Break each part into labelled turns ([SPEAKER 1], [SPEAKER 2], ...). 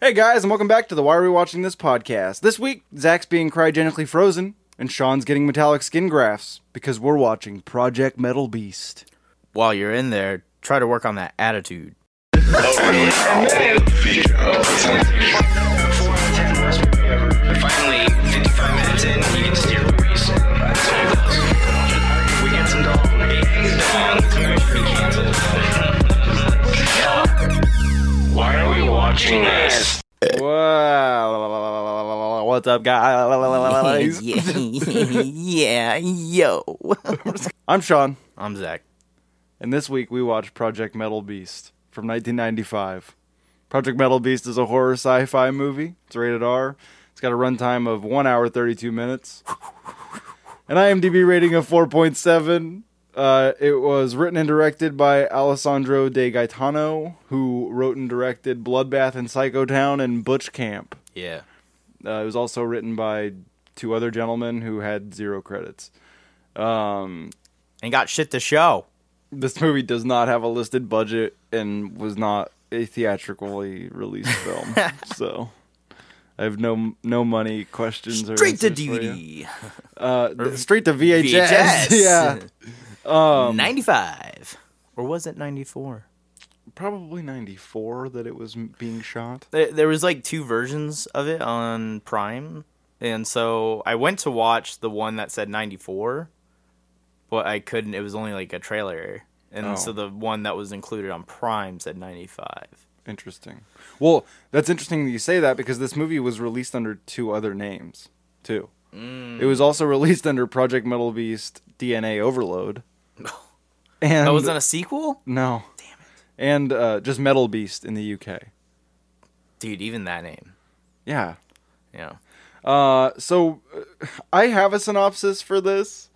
[SPEAKER 1] Hey guys, and welcome back to the Why Are We Watching This podcast. This week, Zach's being cryogenically frozen, and Sean's getting metallic skin grafts because we're watching Project Metal Beast.
[SPEAKER 2] While you're in there, try to work on that attitude.
[SPEAKER 3] Finally, 55 minutes in, he gets steer race. We get some dog. Eggs dog. It's going to be canceled. Why are we watching this?
[SPEAKER 1] Wow. What's up, guys?
[SPEAKER 2] yeah, yo.
[SPEAKER 1] I'm Sean,
[SPEAKER 2] I'm Zach.
[SPEAKER 1] and this week we watched Project Metal Beast from 1995. Project Metal Beast is a horror sci fi movie. It's rated R. It's got a runtime of 1 hour 32 minutes. An IMDb rating of 4.7. Uh, it was written and directed by Alessandro De Gaetano, who wrote and directed Bloodbath and Psychotown and Butch Camp.
[SPEAKER 2] Yeah.
[SPEAKER 1] Uh, it was also written by two other gentlemen who had zero credits.
[SPEAKER 2] Ain't got shit to show.
[SPEAKER 1] This movie does not have a listed budget and was not a theatrically released film, so I have no no money questions. or
[SPEAKER 2] Straight to
[SPEAKER 1] answers for you.
[SPEAKER 2] DVD.
[SPEAKER 1] Uh, th- straight to VHS. yeah,
[SPEAKER 2] Um, 95. Or was it 94?
[SPEAKER 1] probably ninety four that it was m- being shot.
[SPEAKER 2] There, there was like two versions of it on Prime. And so I went to watch the one that said 94, but I couldn't. It was only like a trailer. And
[SPEAKER 1] Oh.
[SPEAKER 2] so the one that was included on Prime said 95.
[SPEAKER 1] Interesting. Well, that's interesting that you say that because this movie was released under two other names too.
[SPEAKER 2] Mm.
[SPEAKER 1] It was also released under Project Metal Beast DNA Overload. And
[SPEAKER 2] That wasn't a sequel?
[SPEAKER 1] no. Damn it. And uh, just Metal Beast in the UK.
[SPEAKER 2] Dude, even that name.
[SPEAKER 1] Yeah.
[SPEAKER 2] Yeah.
[SPEAKER 1] Uh, so uh, I have a synopsis for this.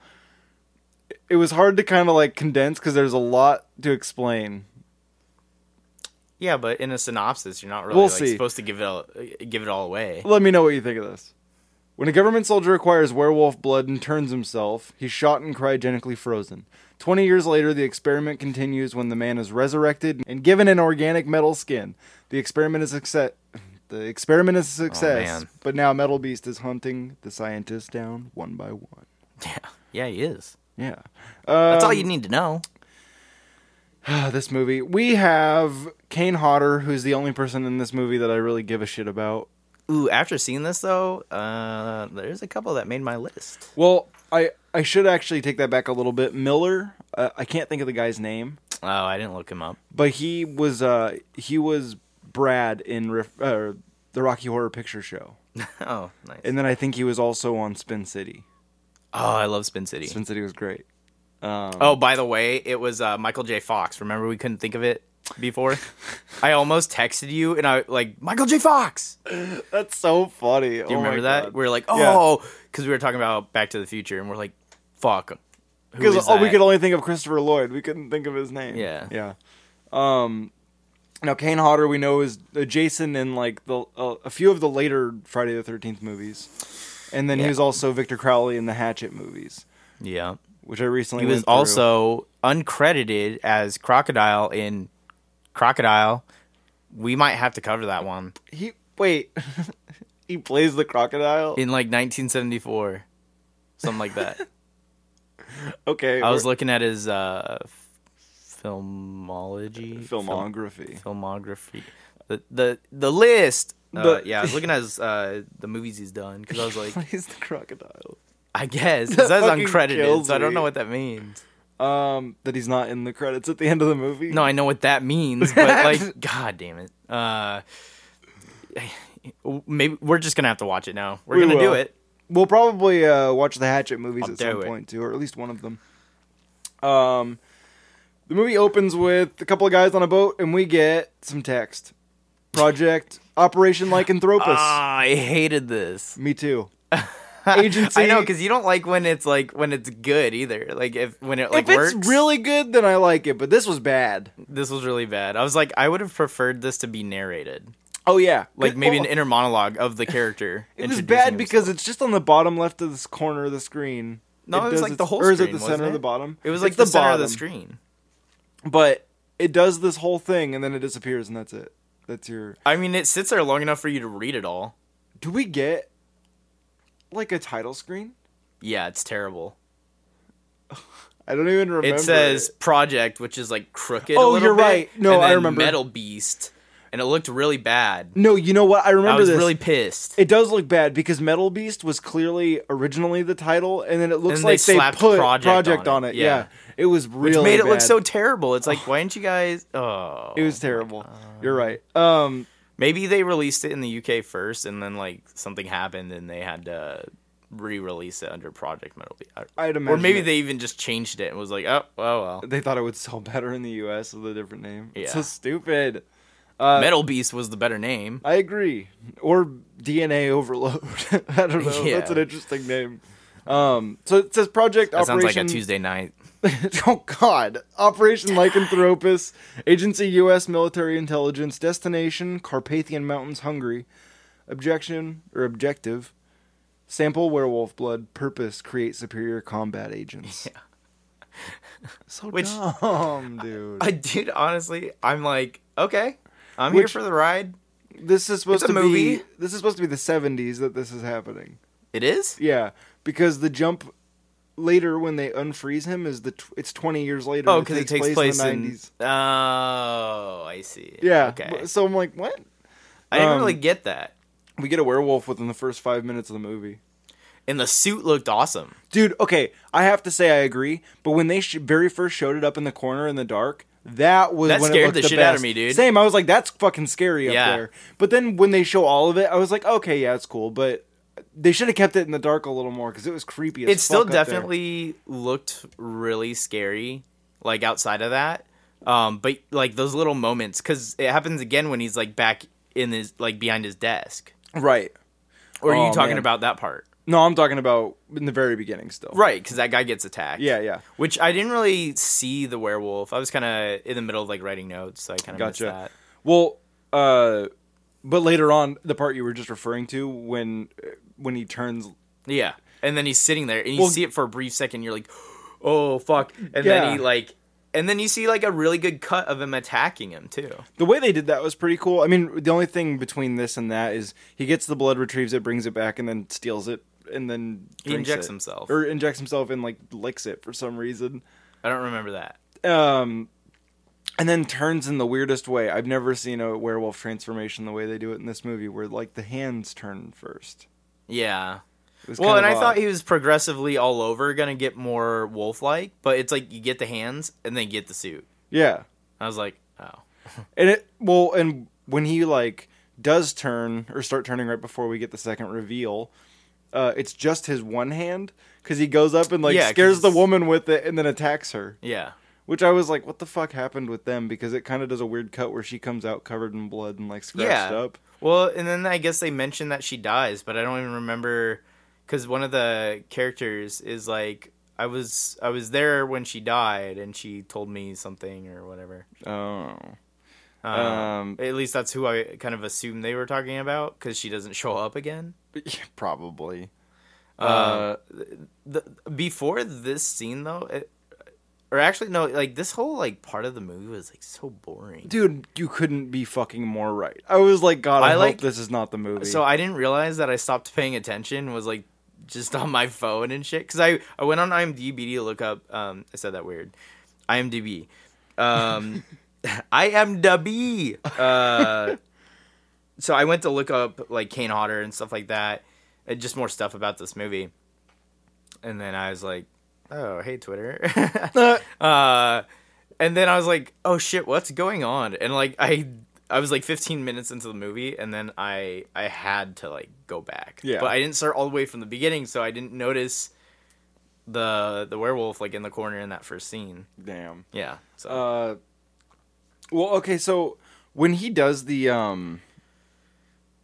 [SPEAKER 1] It was hard to kind of like condense because there's a lot to explain.
[SPEAKER 2] Yeah, but in a synopsis, you're not really
[SPEAKER 1] We'll
[SPEAKER 2] like,
[SPEAKER 1] see.
[SPEAKER 2] supposed to give it all, give it all away.
[SPEAKER 1] Let me know what you think of this. When a government soldier acquires werewolf blood and turns himself, he's shot and cryogenically frozen. Twenty years later, the experiment continues when the man is resurrected and given an organic metal skin. The experiment is success. The experiment is a success,
[SPEAKER 2] man.
[SPEAKER 1] but now Metal Beast is hunting the scientists down one by one.
[SPEAKER 2] Yeah, yeah, he is. Um,
[SPEAKER 1] Yeah,
[SPEAKER 2] That's all you need to know.
[SPEAKER 1] Ah, this movie. We have Kane Hodder, who's the only person in this movie that I really give a shit about.
[SPEAKER 2] Ooh, after seeing this though, uh, there's a couple that made my list.
[SPEAKER 1] Well, I I should actually take that back a little bit. Miller, uh, I can't think of the guy's name,
[SPEAKER 2] Oh, I didn't look him up.
[SPEAKER 1] but he was uh he was Brad in Rif- uh, the Rocky Horror Picture Show,
[SPEAKER 2] Oh, nice.
[SPEAKER 1] and then I think he was also on Spin City.
[SPEAKER 2] oh, I love Spin City.
[SPEAKER 1] Spin City was great.
[SPEAKER 2] Oh, by the way, it was uh, Michael J. Fox. Remember we couldn't think of it before? I almost texted you and I like Michael J. Fox.
[SPEAKER 1] That's so funny. Oh
[SPEAKER 2] Do you remember that? We were like,
[SPEAKER 1] Yeah.
[SPEAKER 2] oh, because we were talking about Back to the Future, and we're like, fuck. who
[SPEAKER 1] Because
[SPEAKER 2] is
[SPEAKER 1] oh, we
[SPEAKER 2] that?
[SPEAKER 1] could only think of Christopher Lloyd. We couldn't think of his name.
[SPEAKER 2] Yeah.
[SPEAKER 1] yeah. Um, now Kane Hodder we know is uh, Jason in like the uh, a few of the later Friday the Thirteenth movies, and then he
[SPEAKER 2] Yeah.
[SPEAKER 1] was also Victor Crowley in the Hatchet movies,
[SPEAKER 2] Yeah.
[SPEAKER 1] which I recently
[SPEAKER 2] He was
[SPEAKER 1] went through.
[SPEAKER 2] also uncredited as Crocodile in Crocodile. We might have to cover that one
[SPEAKER 1] he wait he plays the crocodile.
[SPEAKER 2] in like 1974, something like that.
[SPEAKER 1] okay,
[SPEAKER 2] I was
[SPEAKER 1] we're-
[SPEAKER 2] looking at his uh, f- filmology, Uh, Film-
[SPEAKER 1] filmography.
[SPEAKER 2] filmography, the the the list. Uh,
[SPEAKER 1] The-
[SPEAKER 2] yeah, I was looking at his, uh, the movies he's done because I was like,
[SPEAKER 1] plays the crocodile.
[SPEAKER 2] I guess
[SPEAKER 1] That
[SPEAKER 2] it says
[SPEAKER 1] fucking
[SPEAKER 2] uncredited,
[SPEAKER 1] kills
[SPEAKER 2] so I don't
[SPEAKER 1] me.
[SPEAKER 2] know what that means.
[SPEAKER 1] Um, that he's not in the credits at the end of the movie.
[SPEAKER 2] No, I know what that means, but like, god damn it. Uh, maybe we're just gonna have to watch it now. We're
[SPEAKER 1] We
[SPEAKER 2] gonna do
[SPEAKER 1] will.
[SPEAKER 2] it.
[SPEAKER 1] We'll probably uh, watch the Hatchet movies
[SPEAKER 2] I'll
[SPEAKER 1] at some
[SPEAKER 2] do it.
[SPEAKER 1] point too, or at least one of them. Um, the movie opens with a couple of guys on a boat, and we get some text. Project Operation Lycanthropus.
[SPEAKER 2] Ah, I hated this.
[SPEAKER 1] Me too. Agency.
[SPEAKER 2] I know because you don't like when it's like when it's good either. Like if when it like
[SPEAKER 1] if
[SPEAKER 2] works.
[SPEAKER 1] it's really good, then I like it. But this was bad.
[SPEAKER 2] this was really bad. I was like, I would have preferred this to be narrated,
[SPEAKER 1] Oh yeah,
[SPEAKER 2] like
[SPEAKER 1] Good-
[SPEAKER 2] maybe
[SPEAKER 1] oh,
[SPEAKER 2] an inner monologue of the character.
[SPEAKER 1] It was
[SPEAKER 2] introducing
[SPEAKER 1] bad because
[SPEAKER 2] himself.
[SPEAKER 1] it's just on the bottom left of this corner of the screen.
[SPEAKER 2] No, it was
[SPEAKER 1] does
[SPEAKER 2] like
[SPEAKER 1] its-
[SPEAKER 2] the whole
[SPEAKER 1] Or is it
[SPEAKER 2] screen,
[SPEAKER 1] the center
[SPEAKER 2] wasn't
[SPEAKER 1] of the bottom?
[SPEAKER 2] it was
[SPEAKER 1] It's
[SPEAKER 2] like the, center of the
[SPEAKER 1] bottom.
[SPEAKER 2] screen.
[SPEAKER 1] But it does this whole thing, and then it disappears, and that's it. That's your.
[SPEAKER 2] I mean, it sits there long enough for you to read it all.
[SPEAKER 1] Do we get like a title screen?
[SPEAKER 2] Yeah, it's terrible.
[SPEAKER 1] I don't even remember.
[SPEAKER 2] It says Project, which is like crooked. a
[SPEAKER 1] Oh,
[SPEAKER 2] little
[SPEAKER 1] you're
[SPEAKER 2] bit,
[SPEAKER 1] right. No,
[SPEAKER 2] and
[SPEAKER 1] I
[SPEAKER 2] then
[SPEAKER 1] remember.
[SPEAKER 2] Metal Beast, and it looked really bad.
[SPEAKER 1] No, you know what? I remember
[SPEAKER 2] I was
[SPEAKER 1] this.
[SPEAKER 2] really pissed.
[SPEAKER 1] It does look bad because Metal Beast was clearly originally the title, and then it looks
[SPEAKER 2] And they
[SPEAKER 1] like they,
[SPEAKER 2] slapped
[SPEAKER 1] put
[SPEAKER 2] Project
[SPEAKER 1] Project,
[SPEAKER 2] on
[SPEAKER 1] on
[SPEAKER 2] it,
[SPEAKER 1] it.
[SPEAKER 2] yeah.
[SPEAKER 1] Yeah. it was
[SPEAKER 2] Which
[SPEAKER 1] really
[SPEAKER 2] made it look
[SPEAKER 1] bad.
[SPEAKER 2] so terrible. It's like, why didn't you guys? Oh,
[SPEAKER 1] It was terrible. You're right. Um,
[SPEAKER 2] maybe they released it in the UK first, and then like something happened, and they had to re-release it under Project Metal Beast.
[SPEAKER 1] I'd
[SPEAKER 2] or
[SPEAKER 1] imagine
[SPEAKER 2] maybe
[SPEAKER 1] it-
[SPEAKER 2] they even just changed it and was like, oh, oh well.
[SPEAKER 1] they thought it would sell better in the U.S. with a different name. It's so
[SPEAKER 2] Yeah.
[SPEAKER 1] stupid. Uh,
[SPEAKER 2] Metal Beast was the better name.
[SPEAKER 1] I agree. Or DNA overload. I don't know.
[SPEAKER 2] Yeah.
[SPEAKER 1] That's an interesting name. Um, so it says Project
[SPEAKER 2] That sounds
[SPEAKER 1] Operation.
[SPEAKER 2] like a Tuesday night.
[SPEAKER 1] oh God! Operation Lycanthropus, Agency U.S. Military Intelligence, Destination Carpathian Mountains, Hungary. Objection or objective: Sample werewolf blood. Purpose: Create superior combat agents. Yeah. So
[SPEAKER 2] Which-
[SPEAKER 1] dumb, dude.
[SPEAKER 2] I did honestly. I'm like, okay, I'm
[SPEAKER 1] Which-
[SPEAKER 2] here for the ride.
[SPEAKER 1] this is supposed
[SPEAKER 2] It's a
[SPEAKER 1] to
[SPEAKER 2] movie.
[SPEAKER 1] be. This is supposed to be the '70s that this is happening.
[SPEAKER 2] It is.
[SPEAKER 1] Yeah, because the jump later when they unfreeze him is the tw- it's 20 years later.
[SPEAKER 2] Oh,
[SPEAKER 1] and
[SPEAKER 2] because it takes place, in,
[SPEAKER 1] the 90s.
[SPEAKER 2] Oh, I see.
[SPEAKER 1] Yeah.
[SPEAKER 2] Okay.
[SPEAKER 1] So I'm like, what?
[SPEAKER 2] I didn't
[SPEAKER 1] um,
[SPEAKER 2] really get that.
[SPEAKER 1] We get a werewolf within the first five minutes of the movie.
[SPEAKER 2] And the suit looked awesome.
[SPEAKER 1] Dude, okay, I have to say I agree, but when they sh- very first showed it up in the corner in the dark, that was
[SPEAKER 2] That
[SPEAKER 1] when
[SPEAKER 2] scared
[SPEAKER 1] it looked
[SPEAKER 2] the
[SPEAKER 1] the
[SPEAKER 2] shit out of
[SPEAKER 1] best.
[SPEAKER 2] me, dude.
[SPEAKER 1] Same, I was like, that's fucking scary
[SPEAKER 2] Yeah.
[SPEAKER 1] up there. But then when they show all of it, I was like, okay, yeah, it's cool, but they should have kept it in the dark a little more because it was creepy. As
[SPEAKER 2] it still
[SPEAKER 1] fuck up there.
[SPEAKER 2] definitely looked really scary, like outside of that. Um, but like those little moments, because it happens again when he's like back in his like behind his desk.
[SPEAKER 1] right.
[SPEAKER 2] Or are you
[SPEAKER 1] Oh,
[SPEAKER 2] talking
[SPEAKER 1] man.
[SPEAKER 2] about that part?
[SPEAKER 1] No, I'm talking about in the very beginning still.
[SPEAKER 2] Right, because that guy gets attacked.
[SPEAKER 1] Yeah, yeah.
[SPEAKER 2] Which I didn't really see the werewolf. I was kind of in the middle of like writing notes, so I kind of
[SPEAKER 1] Gotcha.
[SPEAKER 2] missed that.
[SPEAKER 1] Well, uh, but later on, the part you were just referring to when when he turns
[SPEAKER 2] Yeah. And then he's sitting there and you
[SPEAKER 1] Well-
[SPEAKER 2] see it for a brief second. You're like, oh, fuck. And
[SPEAKER 1] Yeah.
[SPEAKER 2] then he, like, and then you see, like, a really good cut of him attacking him, too.
[SPEAKER 1] The way they did that was pretty cool. I mean, the only thing between this and that is he gets the blood, retrieves it, brings it back, and then steals it, and then
[SPEAKER 2] He
[SPEAKER 1] drinks
[SPEAKER 2] injects
[SPEAKER 1] it.
[SPEAKER 2] himself.
[SPEAKER 1] or injects himself and like licks it for some reason.
[SPEAKER 2] I don't remember that.
[SPEAKER 1] Um, and then turns in the weirdest way. I've never seen a werewolf transformation the way they do it in this movie, where like the hands turn first.
[SPEAKER 2] Yeah.
[SPEAKER 1] It was
[SPEAKER 2] Well,
[SPEAKER 1] kind of
[SPEAKER 2] and I
[SPEAKER 1] odd.
[SPEAKER 2] thought he was progressively all over going to get more wolf like, but it's like you get the hands and then you get the suit.
[SPEAKER 1] yeah,
[SPEAKER 2] I was like, oh.
[SPEAKER 1] And it well, and when he like does turn or start turning right before we get the second reveal, uh, it's just his one hand because he goes up and like
[SPEAKER 2] Yeah, 'cause
[SPEAKER 1] scares the
[SPEAKER 2] it's-
[SPEAKER 1] woman with it and then attacks her.
[SPEAKER 2] Yeah.
[SPEAKER 1] Which I was like, what the fuck happened with them? Because it kind of does a weird cut where she comes out covered in blood and like scratched
[SPEAKER 2] yeah.
[SPEAKER 1] up.
[SPEAKER 2] Well, and then I guess they mentioned that she dies, but I don't even remember because one of the characters is like, I was I was there when she died, and she told me something or whatever.
[SPEAKER 1] Oh,
[SPEAKER 2] Um,
[SPEAKER 1] Um,
[SPEAKER 2] at least that's who I kind of assumed they were talking about because she doesn't show up again.
[SPEAKER 1] probably.
[SPEAKER 2] Uh, The, before this scene though, it, or actually no, like this whole like part of the movie was like so boring.
[SPEAKER 1] Dude, you couldn't be fucking more right. I was like, God,
[SPEAKER 2] I
[SPEAKER 1] I, hope
[SPEAKER 2] like-
[SPEAKER 1] this is not the movie.
[SPEAKER 2] So I didn't realize that I stopped paying attention was like just on my phone and shit because I I went on IMDb to look up. Um, I said that weird. IMDb. Um, I am dubby. Uh, so I went to look up like Kane Hodder and stuff like that, and just more stuff about this movie. And then I was like, oh hey Twitter. uh, and then I was like, oh shit, what's going on? And like I I was like 15 minutes into the movie and then I I had to like go back.
[SPEAKER 1] Yeah.
[SPEAKER 2] But I didn't start all the way from the beginning, so I didn't notice the the werewolf like in the corner in that first scene.
[SPEAKER 1] damn.
[SPEAKER 2] Yeah. So
[SPEAKER 1] Uh, well, okay, so when he does the um,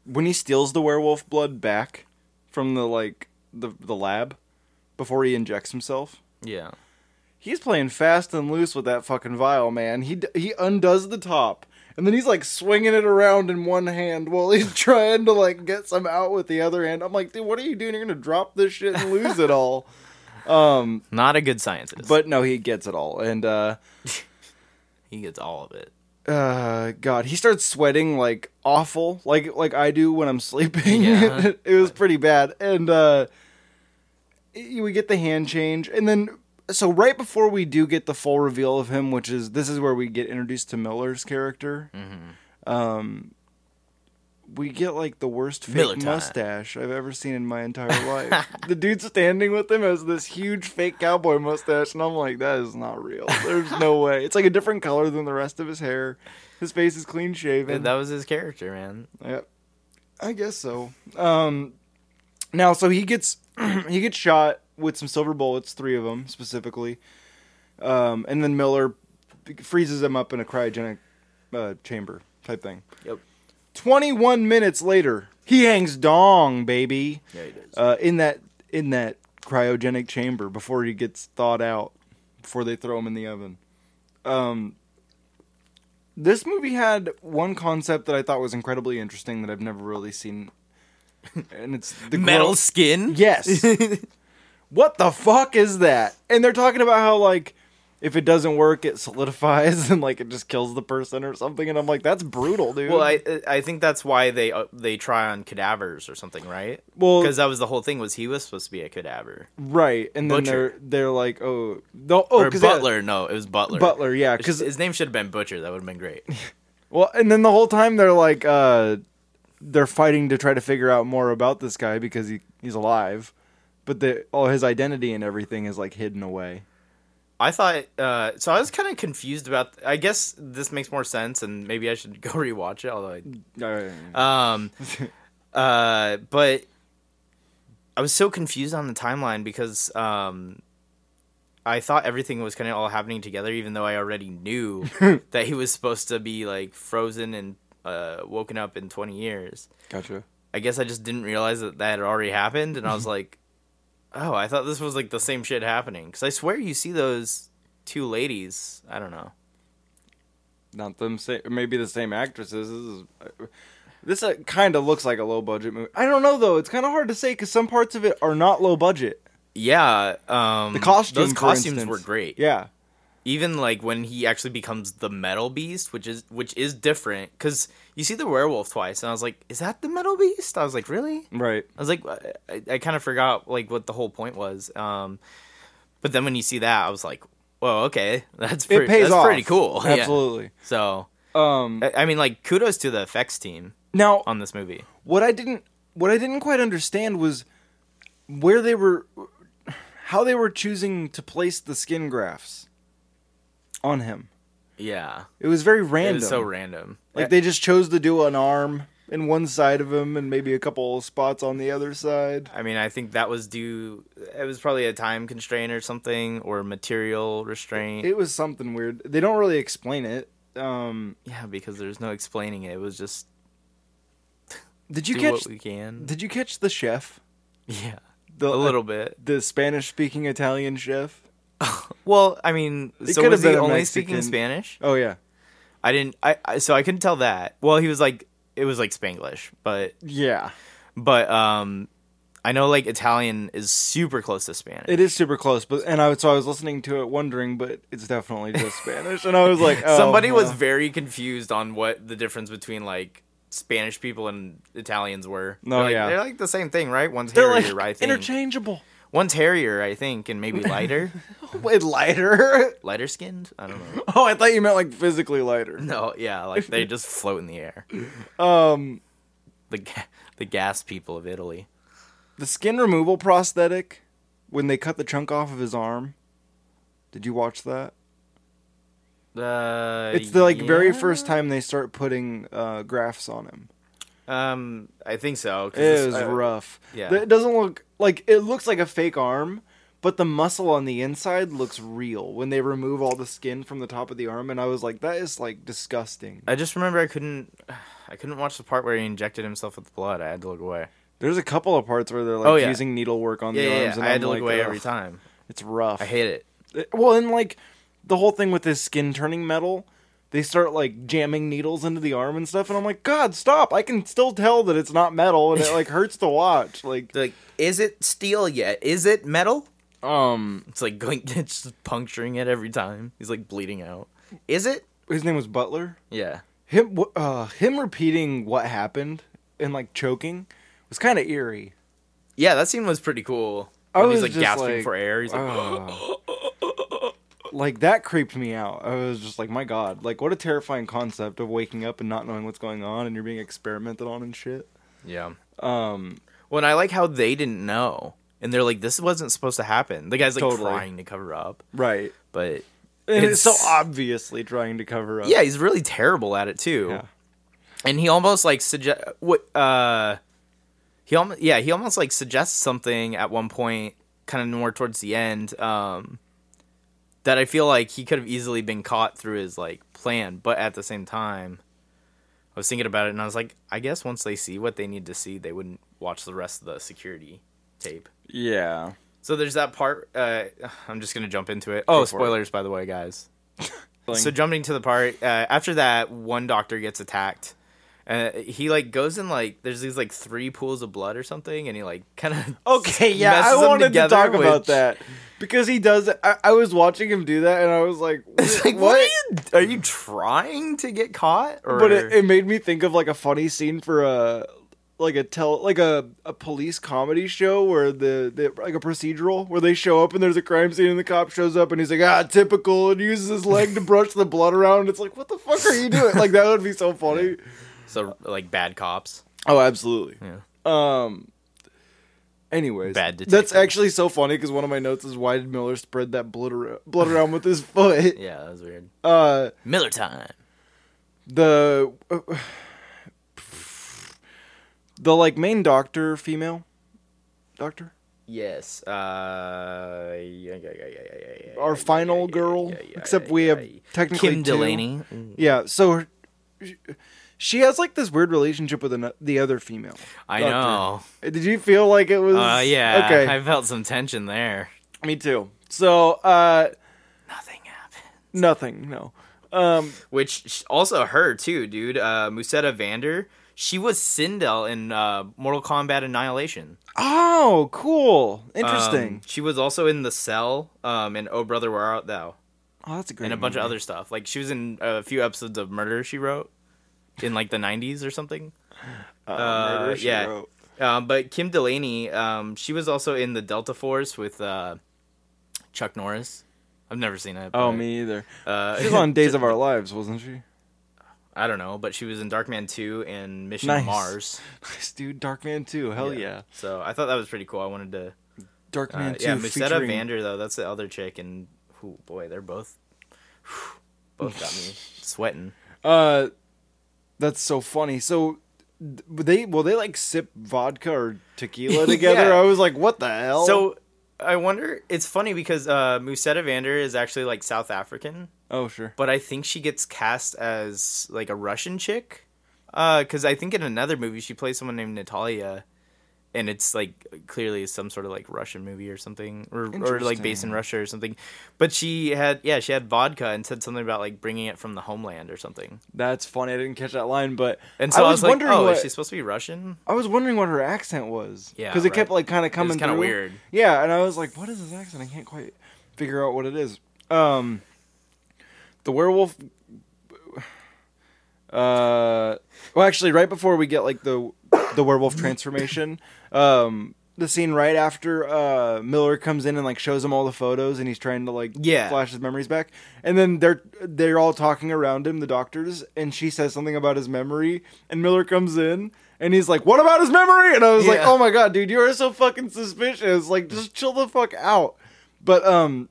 [SPEAKER 1] when he steals the werewolf blood back from the like the the lab before he injects himself,
[SPEAKER 2] yeah.
[SPEAKER 1] he's playing fast and loose with that fucking vial, man. He d- he undoes the top. And then he's like swinging it around in one hand while he's trying to like get some out with the other hand. I'm like, dude, what are you doing? You're gonna drop this shit and lose it all.
[SPEAKER 2] Not a good scientist.
[SPEAKER 1] But no, he gets it all, and uh,
[SPEAKER 2] he gets all of it.
[SPEAKER 1] uh god he starts sweating like awful like like i do when i'm sleeping
[SPEAKER 2] Yeah.
[SPEAKER 1] it was pretty bad and uh y- we get the hand change and then so right before we do get the full reveal of him which is this is where we get introduced to miller's character um
[SPEAKER 2] Mm-hmm.
[SPEAKER 1] we get like the worst fake
[SPEAKER 2] Miller time.
[SPEAKER 1] mustache I've ever seen in my entire life. the dude standing with him has this huge fake cowboy mustache, and I'm like, that is not real. There's no way. It's like a different color than the rest of his hair. His face is clean shaven.
[SPEAKER 2] That was his character, man.
[SPEAKER 1] Yep. I guess so. Um, now, so he gets he gets shot with some silver bullets, three of them specifically, um, and then Miller freezes him up in a cryogenic uh, chamber type thing.
[SPEAKER 2] Yep.
[SPEAKER 1] Twenty one minutes later, he hangs dong, baby,
[SPEAKER 2] Yeah, he does.
[SPEAKER 1] uh, in that in that cryogenic chamber before he gets thawed out, before they throw him in the oven. Um, This movie had one concept that I thought was incredibly interesting that I've never really seen, and it's the
[SPEAKER 2] Metal
[SPEAKER 1] glow-
[SPEAKER 2] skin.
[SPEAKER 1] Yes. what the fuck is that? And they're talking about how like if it doesn't work, it solidifies and like it just kills the person or something. And I'm like, that's brutal, dude.
[SPEAKER 2] Well, I I think that's why they uh, they try on cadavers or something, right?
[SPEAKER 1] Well-
[SPEAKER 2] because that was the whole thing was he was supposed to be a cadaver
[SPEAKER 1] right. And then
[SPEAKER 2] Butcher.
[SPEAKER 1] they're they're like, oh, no, oh,
[SPEAKER 2] or
[SPEAKER 1] 'cause they-
[SPEAKER 2] Butler. No, it was Butler.
[SPEAKER 1] Butler, yeah,
[SPEAKER 2] because
[SPEAKER 1] because
[SPEAKER 2] his name should have been Butcher. That would have been great.
[SPEAKER 1] Well, and then the whole time they're like, uh, they're fighting to try to figure out more about this guy because he, he's alive, but the all his identity and everything is like hidden away.
[SPEAKER 2] I thought uh, so. I was kind of confused about. I guess this makes more sense, and maybe I should go rewatch it. Although, I, um, uh, but I was so confused on the timeline because um, I thought everything was kind of all happening together, even though I already knew that he was supposed to be like frozen and uh, woken up in twenty years.
[SPEAKER 1] gotcha.
[SPEAKER 2] I guess I just didn't realize that that had already happened, and I was like, "Oh, I thought this was like the same shit happening." Because I swear you see those two ladies. I don't know.
[SPEAKER 1] Not them. Sa- maybe the same actresses. This is. This uh, kind of looks like a low budget movie. I don't know though. It's kind of hard to say because some parts of it are not low budget.
[SPEAKER 2] Yeah, um,
[SPEAKER 1] The costume,
[SPEAKER 2] Those
[SPEAKER 1] for
[SPEAKER 2] costumes
[SPEAKER 1] instance.
[SPEAKER 2] were great.
[SPEAKER 1] Yeah,
[SPEAKER 2] Even like when he actually becomes the metal beast, which is which is different because you see the werewolf twice, and I was like, "Is that the metal beast?" I was like, "Really?"
[SPEAKER 1] right.
[SPEAKER 2] I was like, I, I kind of forgot like what the whole point was. Um, but then when you see that, I was like, "Well, okay, that's
[SPEAKER 1] It
[SPEAKER 2] pre-
[SPEAKER 1] pays
[SPEAKER 2] that's
[SPEAKER 1] off.
[SPEAKER 2] pretty cool." Yeah.
[SPEAKER 1] Absolutely.
[SPEAKER 2] So
[SPEAKER 1] Um.
[SPEAKER 2] I I mean, like, kudos to the effects team
[SPEAKER 1] Now
[SPEAKER 2] on this movie.
[SPEAKER 1] what I didn't what I didn't quite understand was where they were how they were choosing to place the skin grafts on him.
[SPEAKER 2] Yeah,
[SPEAKER 1] It was very
[SPEAKER 2] it
[SPEAKER 1] random.
[SPEAKER 2] was so random.
[SPEAKER 1] like they just chose to do an arm in one side of him and maybe a couple of spots on the other side.
[SPEAKER 2] I mean, I think that was due. It was probably a time constraint or something, or material restraint.
[SPEAKER 1] It was something weird. They don't really explain it. Um
[SPEAKER 2] yeah, because there's no explaining it. It was just
[SPEAKER 1] did you
[SPEAKER 2] do
[SPEAKER 1] catch
[SPEAKER 2] what we can.
[SPEAKER 1] did you catch the chef?
[SPEAKER 2] yeah,
[SPEAKER 1] The
[SPEAKER 2] a little bit.
[SPEAKER 1] the Spanish speaking Italian chef?
[SPEAKER 2] Well, I mean,
[SPEAKER 1] It
[SPEAKER 2] so
[SPEAKER 1] could
[SPEAKER 2] was
[SPEAKER 1] have
[SPEAKER 2] he
[SPEAKER 1] been a
[SPEAKER 2] only
[SPEAKER 1] Mexican-
[SPEAKER 2] speaking Spanish?
[SPEAKER 1] Oh yeah.
[SPEAKER 2] I didn't. I, I so I couldn't tell that. Well, he was like it was like Spanglish, but
[SPEAKER 1] Yeah.
[SPEAKER 2] but um, I know like Italian is super close to Spanish.
[SPEAKER 1] It is super close, but and I was- so I was listening to it, wondering, but it's definitely just Spanish, and I was like, oh,
[SPEAKER 2] somebody was
[SPEAKER 1] no.
[SPEAKER 2] very confused on what the difference between like Spanish people and Italians were.
[SPEAKER 1] No,
[SPEAKER 2] they're like,
[SPEAKER 1] Oh, yeah.
[SPEAKER 2] they're like the same thing, right? One's
[SPEAKER 1] they're
[SPEAKER 2] hairier,
[SPEAKER 1] like
[SPEAKER 2] I think.
[SPEAKER 1] interchangeable,
[SPEAKER 2] One's hairier, I think, and maybe lighter,
[SPEAKER 1] wait lighter.
[SPEAKER 2] lighter skinned. I don't know.
[SPEAKER 1] Oh, I thought you meant like physically lighter.
[SPEAKER 2] No, yeah, like they just float in the air.
[SPEAKER 1] Um,
[SPEAKER 2] The ga- the gas people of Italy.
[SPEAKER 1] the skin removal prosthetic when they cut the chunk off of his arm. Did you watch that?
[SPEAKER 2] Uh,
[SPEAKER 1] It's the like very
[SPEAKER 2] yeah?
[SPEAKER 1] first time they start putting uh, grafts on him.
[SPEAKER 2] Um, I think so. 'cause
[SPEAKER 1] It
[SPEAKER 2] this-
[SPEAKER 1] was
[SPEAKER 2] I-
[SPEAKER 1] rough.
[SPEAKER 2] uh, yeah.
[SPEAKER 1] Th- It doesn't look like it looks like a fake arm, but the muscle on the inside looks real when they remove all the skin from the top of the arm. And I was like, that is like disgusting.
[SPEAKER 2] I just remember I couldn't, I couldn't watch the part where he injected himself with blood. I had to look away.
[SPEAKER 1] There's a couple of parts where they're like
[SPEAKER 2] Oh, yeah.
[SPEAKER 1] using needlework on
[SPEAKER 2] Yeah,
[SPEAKER 1] the
[SPEAKER 2] yeah,
[SPEAKER 1] arms.
[SPEAKER 2] yeah.
[SPEAKER 1] And
[SPEAKER 2] I had
[SPEAKER 1] I'm
[SPEAKER 2] to look
[SPEAKER 1] like,
[SPEAKER 2] away
[SPEAKER 1] "Ugh,
[SPEAKER 2] every time.
[SPEAKER 1] It's rough.
[SPEAKER 2] I hate it.
[SPEAKER 1] it. Well, and like the whole thing with his skin turning metal. They start like jamming needles into the arm and stuff, and I'm like, God, stop! I can still tell that it's not metal, and it like hurts to watch. Like,
[SPEAKER 2] They're like, is it steel yet? Is it metal?
[SPEAKER 1] um,
[SPEAKER 2] It's like going, it's just puncturing it every time. He's like bleeding out. Is it?
[SPEAKER 1] his name was Butler.
[SPEAKER 2] Yeah.
[SPEAKER 1] Him wh- uh, him repeating what happened and like choking was kind of eerie.
[SPEAKER 2] Yeah, that scene was pretty cool.
[SPEAKER 1] I
[SPEAKER 2] When he's
[SPEAKER 1] was
[SPEAKER 2] like
[SPEAKER 1] just
[SPEAKER 2] gasping
[SPEAKER 1] like,
[SPEAKER 2] for air. He's like,
[SPEAKER 1] Ugh. like that creeped me out. I was just like, my God, like what a terrifying concept of waking up and not knowing what's going on and you're being experimented on and shit.
[SPEAKER 2] yeah. Um, well, and I like how they didn't know, and they're like, this wasn't supposed to happen. The guy's like
[SPEAKER 1] Totally.
[SPEAKER 2] trying to cover up,
[SPEAKER 1] Right.
[SPEAKER 2] but
[SPEAKER 1] And it's, so
[SPEAKER 2] It's-
[SPEAKER 1] obviously trying to cover up.
[SPEAKER 2] yeah, he's really terrible at it too.
[SPEAKER 1] Yeah.
[SPEAKER 2] And he almost like suggest what uh, he almost yeah he almost like suggests something at one point, kind of more towards the end. Um, that I feel like he could have easily been caught through his like plan, but at the same time, I was thinking about it and I was like, I guess once they see what they need to see, they wouldn't watch the rest of the security tape.
[SPEAKER 1] Yeah.
[SPEAKER 2] So there's that part. Uh, I'm just gonna jump into it. Oh,
[SPEAKER 1] for it.
[SPEAKER 2] spoilers, by the way, guys.
[SPEAKER 1] Like,
[SPEAKER 2] So jumping to the part uh, after that, one doctor gets attacked. Uh, he like goes in like there's these like three pools of blood or something, and he like kind of
[SPEAKER 1] Okay, yeah, I wanted to talk about that because he does. I, I was watching him do that, and I was like,
[SPEAKER 2] It's like, what? Are, you, are you trying to get caught? Or
[SPEAKER 1] But it, it made me think of like a funny scene for a like a tell like a, a police comedy show where the, the like a procedural where they show up and there's a crime scene and the cop shows up and he's like ah typical and uses his leg to brush the blood around. It's like what the fuck are you doing? Like that would be so funny.
[SPEAKER 2] so like bad cops.
[SPEAKER 1] Oh, absolutely.
[SPEAKER 2] Yeah.
[SPEAKER 1] Um. Anyways,
[SPEAKER 2] Bad
[SPEAKER 1] that's
[SPEAKER 2] detective.
[SPEAKER 1] actually so funny because one of my notes is why did Miller spread that blood, ar- blood around with his foot?
[SPEAKER 2] Yeah, that was weird.
[SPEAKER 1] Uh,
[SPEAKER 2] Miller time.
[SPEAKER 1] the the like main doctor, female doctor,
[SPEAKER 2] Yes. Uh. Yeah. Yeah. Yeah. Yeah. yeah, yeah
[SPEAKER 1] our
[SPEAKER 2] yeah,
[SPEAKER 1] final
[SPEAKER 2] yeah,
[SPEAKER 1] girl.
[SPEAKER 2] yeah, yeah,
[SPEAKER 1] except
[SPEAKER 2] yeah,
[SPEAKER 1] we have
[SPEAKER 2] yeah.
[SPEAKER 1] technically
[SPEAKER 2] Kim
[SPEAKER 1] two.
[SPEAKER 2] Delaney.
[SPEAKER 1] Yeah, so her, she has like this weird relationship with an, the other female.
[SPEAKER 2] I
[SPEAKER 1] doctor.
[SPEAKER 2] know.
[SPEAKER 1] Did you feel like it was?
[SPEAKER 2] Uh, yeah.
[SPEAKER 1] Okay.
[SPEAKER 2] I felt some tension there.
[SPEAKER 1] Me too. So, uh,
[SPEAKER 2] Nothing happened.
[SPEAKER 1] nothing. No. Um,
[SPEAKER 2] Which sh- also her too, dude. Uh, Musetta Vander. She was Sindel in uh, Mortal Kombat Annihilation.
[SPEAKER 1] Oh, cool.
[SPEAKER 2] Um,
[SPEAKER 1] Interesting.
[SPEAKER 2] she was also in The Cell um, and Oh Brother Where Art Thou
[SPEAKER 1] oh, that's a great.
[SPEAKER 2] and a bunch of
[SPEAKER 1] movie.
[SPEAKER 2] other stuff. Like she was in a few episodes of Murder She Wrote in like the 90s or something. Oh,
[SPEAKER 1] Uh, Murder, She
[SPEAKER 2] yeah.
[SPEAKER 1] Wrote.
[SPEAKER 2] Um, but Kim Delaney, um, she was also in the Delta Force with uh, Chuck Norris. I've never seen it.
[SPEAKER 1] Oh,
[SPEAKER 2] but,
[SPEAKER 1] me either.
[SPEAKER 2] Uh,
[SPEAKER 1] She was on Days of Our Lives, wasn't she?
[SPEAKER 2] I don't know, but she was in Darkman 2 and Mission
[SPEAKER 1] Nice.
[SPEAKER 2] to Mars.
[SPEAKER 1] Nice, dude. Darkman 2. Hell yeah.
[SPEAKER 2] So I thought that was pretty cool. I wanted to.
[SPEAKER 1] Darkman
[SPEAKER 2] Uh,
[SPEAKER 1] 2.
[SPEAKER 2] yeah, Musetta
[SPEAKER 1] featuring...
[SPEAKER 2] Vander though. That's the other chick, and who boy, they're both. Both got me sweating.
[SPEAKER 1] Uh, that's so funny. So th- they will they like sip vodka or tequila together?
[SPEAKER 2] Yeah.
[SPEAKER 1] I was like, what the hell?
[SPEAKER 2] So I wonder. It's funny because uh, Musetta Vander is actually like South African,
[SPEAKER 1] oh sure.
[SPEAKER 2] but I think she gets cast as like a Russian chick. Because I think in another movie she plays someone named Natalia, and it's like clearly some sort of like Russian movie or something, or, or like based in
[SPEAKER 1] Interesting.
[SPEAKER 2] Russia or something. But she had yeah she had vodka and said something about like bringing it from the homeland or something.
[SPEAKER 1] That's funny. I didn't catch that line, but
[SPEAKER 2] And so I was,
[SPEAKER 1] wondering
[SPEAKER 2] like, oh,
[SPEAKER 1] what
[SPEAKER 2] is she supposed to be Russian?
[SPEAKER 1] I was wondering what her accent was.
[SPEAKER 2] Yeah,
[SPEAKER 1] because it
[SPEAKER 2] right.
[SPEAKER 1] kept like kind of coming.
[SPEAKER 2] kinda
[SPEAKER 1] through.
[SPEAKER 2] weird.
[SPEAKER 1] Yeah, and I was like, what is this accent? I can't quite figure out what it is. Um, the werewolf. Uh, well, actually, right before we get like the the werewolf transformation, um, the scene right after uh Miller comes in and like shows him all the photos, and he's trying to like
[SPEAKER 2] Yeah.
[SPEAKER 1] flash his memories back, and then they're they're all talking around him, the doctors, and she says something about his memory, and Miller comes in. And he's like, "What about his memory?" And I was like,
[SPEAKER 2] Yeah.
[SPEAKER 1] "Oh my god, dude, you are so fucking suspicious. Like, just chill the fuck out." But um,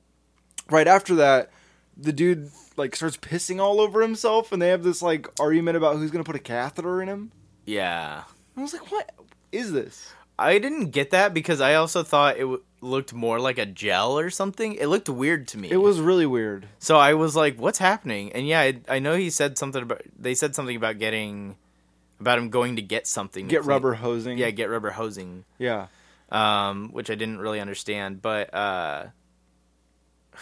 [SPEAKER 1] right after that, the dude like starts pissing all over himself, and they have this like argument about who's gonna put a catheter in him.
[SPEAKER 2] Yeah.
[SPEAKER 1] I was like, what is this?
[SPEAKER 2] I didn't get that because I also thought it w- looked more like a gel or something. It looked weird to me.
[SPEAKER 1] It was really weird.
[SPEAKER 2] So I was like, what's happening? And yeah, I, I know he said something about they said something about getting about him going to get something. to
[SPEAKER 1] Get
[SPEAKER 2] clean-
[SPEAKER 1] rubber hosing.
[SPEAKER 2] Yeah, get rubber hosing.
[SPEAKER 1] yeah.
[SPEAKER 2] Um, which I didn't really understand, but uh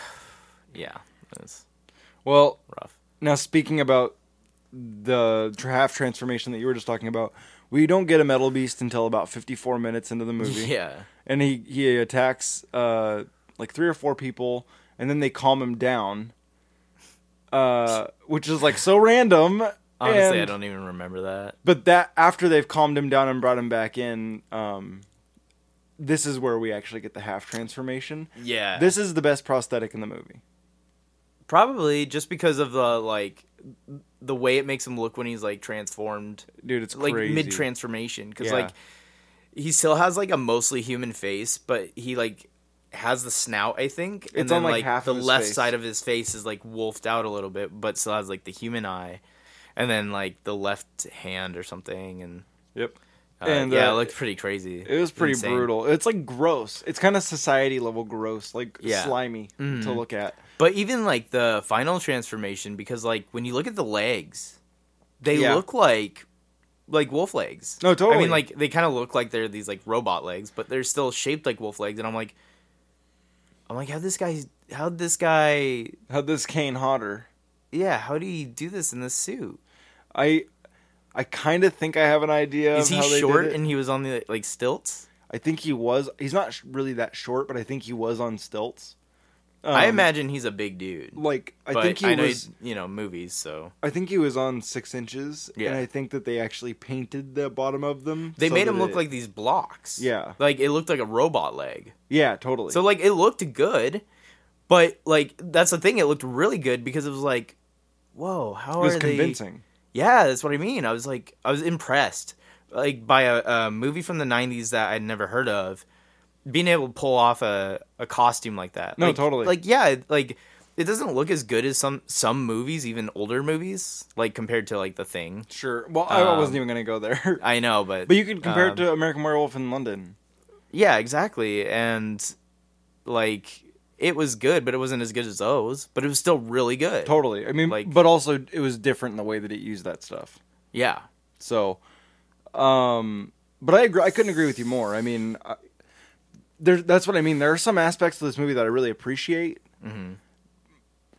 [SPEAKER 2] yeah, that's
[SPEAKER 1] Well,
[SPEAKER 2] rough.
[SPEAKER 1] now speaking about the tra- half transformation that you were just talking about, we don't get a metal beast until about 54 minutes into the movie.
[SPEAKER 2] Yeah.
[SPEAKER 1] and he he attacks uh like three or four people and then they calm him down uh, which is like so random.
[SPEAKER 2] Honestly, I
[SPEAKER 1] and-
[SPEAKER 2] don't even remember that.
[SPEAKER 1] But that after they've calmed him down and brought him back in, um, this is where we actually get the half transformation.
[SPEAKER 2] Yeah.
[SPEAKER 1] This is the best prosthetic in the movie.
[SPEAKER 2] probably just because of the like the way it makes him look when he's like transformed,
[SPEAKER 1] Dude, it's
[SPEAKER 2] like
[SPEAKER 1] crazy.
[SPEAKER 2] mid transformation because
[SPEAKER 1] Yeah.
[SPEAKER 2] like he still has like a mostly human face, but he like has the snout I think, and
[SPEAKER 1] It's
[SPEAKER 2] then
[SPEAKER 1] on, like,
[SPEAKER 2] like,
[SPEAKER 1] half
[SPEAKER 2] the
[SPEAKER 1] of his
[SPEAKER 2] left
[SPEAKER 1] face.
[SPEAKER 2] side of his face is like wolfed out a little bit, but still has like the human eye, and then like the left hand or something, and
[SPEAKER 1] Yep.
[SPEAKER 2] uh,
[SPEAKER 1] and
[SPEAKER 2] yeah,
[SPEAKER 1] uh,
[SPEAKER 2] it looked pretty crazy.
[SPEAKER 1] It was pretty
[SPEAKER 2] Insane.
[SPEAKER 1] brutal. It's like gross. It's kind of society level gross, like
[SPEAKER 2] Yeah. Mm-hmm.
[SPEAKER 1] slimy to look at.
[SPEAKER 2] But even like the final transformation, because like when you look at the legs, they
[SPEAKER 1] Yeah.
[SPEAKER 2] look like like wolf legs.
[SPEAKER 1] No,
[SPEAKER 2] I
[SPEAKER 1] totally.
[SPEAKER 2] mean, like they kind of look like they're these like robot legs, but they're still shaped like wolf legs. And I'm like, I'm like, how this guy? How would this guy?
[SPEAKER 1] How'd this Kane hotter?
[SPEAKER 2] Yeah, how do you do this in this suit?
[SPEAKER 1] I I kind of think I have an idea.
[SPEAKER 2] Is
[SPEAKER 1] of
[SPEAKER 2] he
[SPEAKER 1] how they did
[SPEAKER 2] short
[SPEAKER 1] it.
[SPEAKER 2] and he was on the like stilts?
[SPEAKER 1] I think he was. He's not sh- really that short, but I think he was on stilts. Um,
[SPEAKER 2] I imagine he's a big dude.
[SPEAKER 1] Like I
[SPEAKER 2] but
[SPEAKER 1] think he
[SPEAKER 2] I know
[SPEAKER 1] was.
[SPEAKER 2] he's, you know movies, so
[SPEAKER 1] I think he was on six inches,
[SPEAKER 2] Yeah.
[SPEAKER 1] and I think that they actually painted the bottom of them.
[SPEAKER 2] they
[SPEAKER 1] so
[SPEAKER 2] made
[SPEAKER 1] that
[SPEAKER 2] him look
[SPEAKER 1] it-
[SPEAKER 2] like these blocks.
[SPEAKER 1] Yeah.
[SPEAKER 2] like it looked like a robot leg.
[SPEAKER 1] Yeah, totally.
[SPEAKER 2] So like it looked good, but like that's the thing. It looked really good because it was like, whoa, how
[SPEAKER 1] it was
[SPEAKER 2] are
[SPEAKER 1] convincing.
[SPEAKER 2] they? Yeah, that's what I mean. I was like, I was impressed, like by a, a movie from the '90s that I'd never heard of, being able to pull off a, a costume like that.
[SPEAKER 1] No,
[SPEAKER 2] Like-
[SPEAKER 1] totally.
[SPEAKER 2] Like yeah, it- like it doesn't look as good as some some movies, even older movies, like compared to like The Thing.
[SPEAKER 1] Sure. Well, I I wasn't even gonna go there.
[SPEAKER 2] I know, but
[SPEAKER 1] but you could compare
[SPEAKER 2] um,
[SPEAKER 1] it to American Werewolf in London.
[SPEAKER 2] Yeah, exactly. And like it was good, but it wasn't as good as those, but it was still really good.
[SPEAKER 1] Totally. I mean,
[SPEAKER 2] like-
[SPEAKER 1] but also it was different in the way that it used that stuff.
[SPEAKER 2] Yeah.
[SPEAKER 1] So, um, but I agree, I couldn't agree with you more. I mean, I, there that's what I mean. There are some aspects of this movie that I really appreciate,
[SPEAKER 2] Mm-hmm.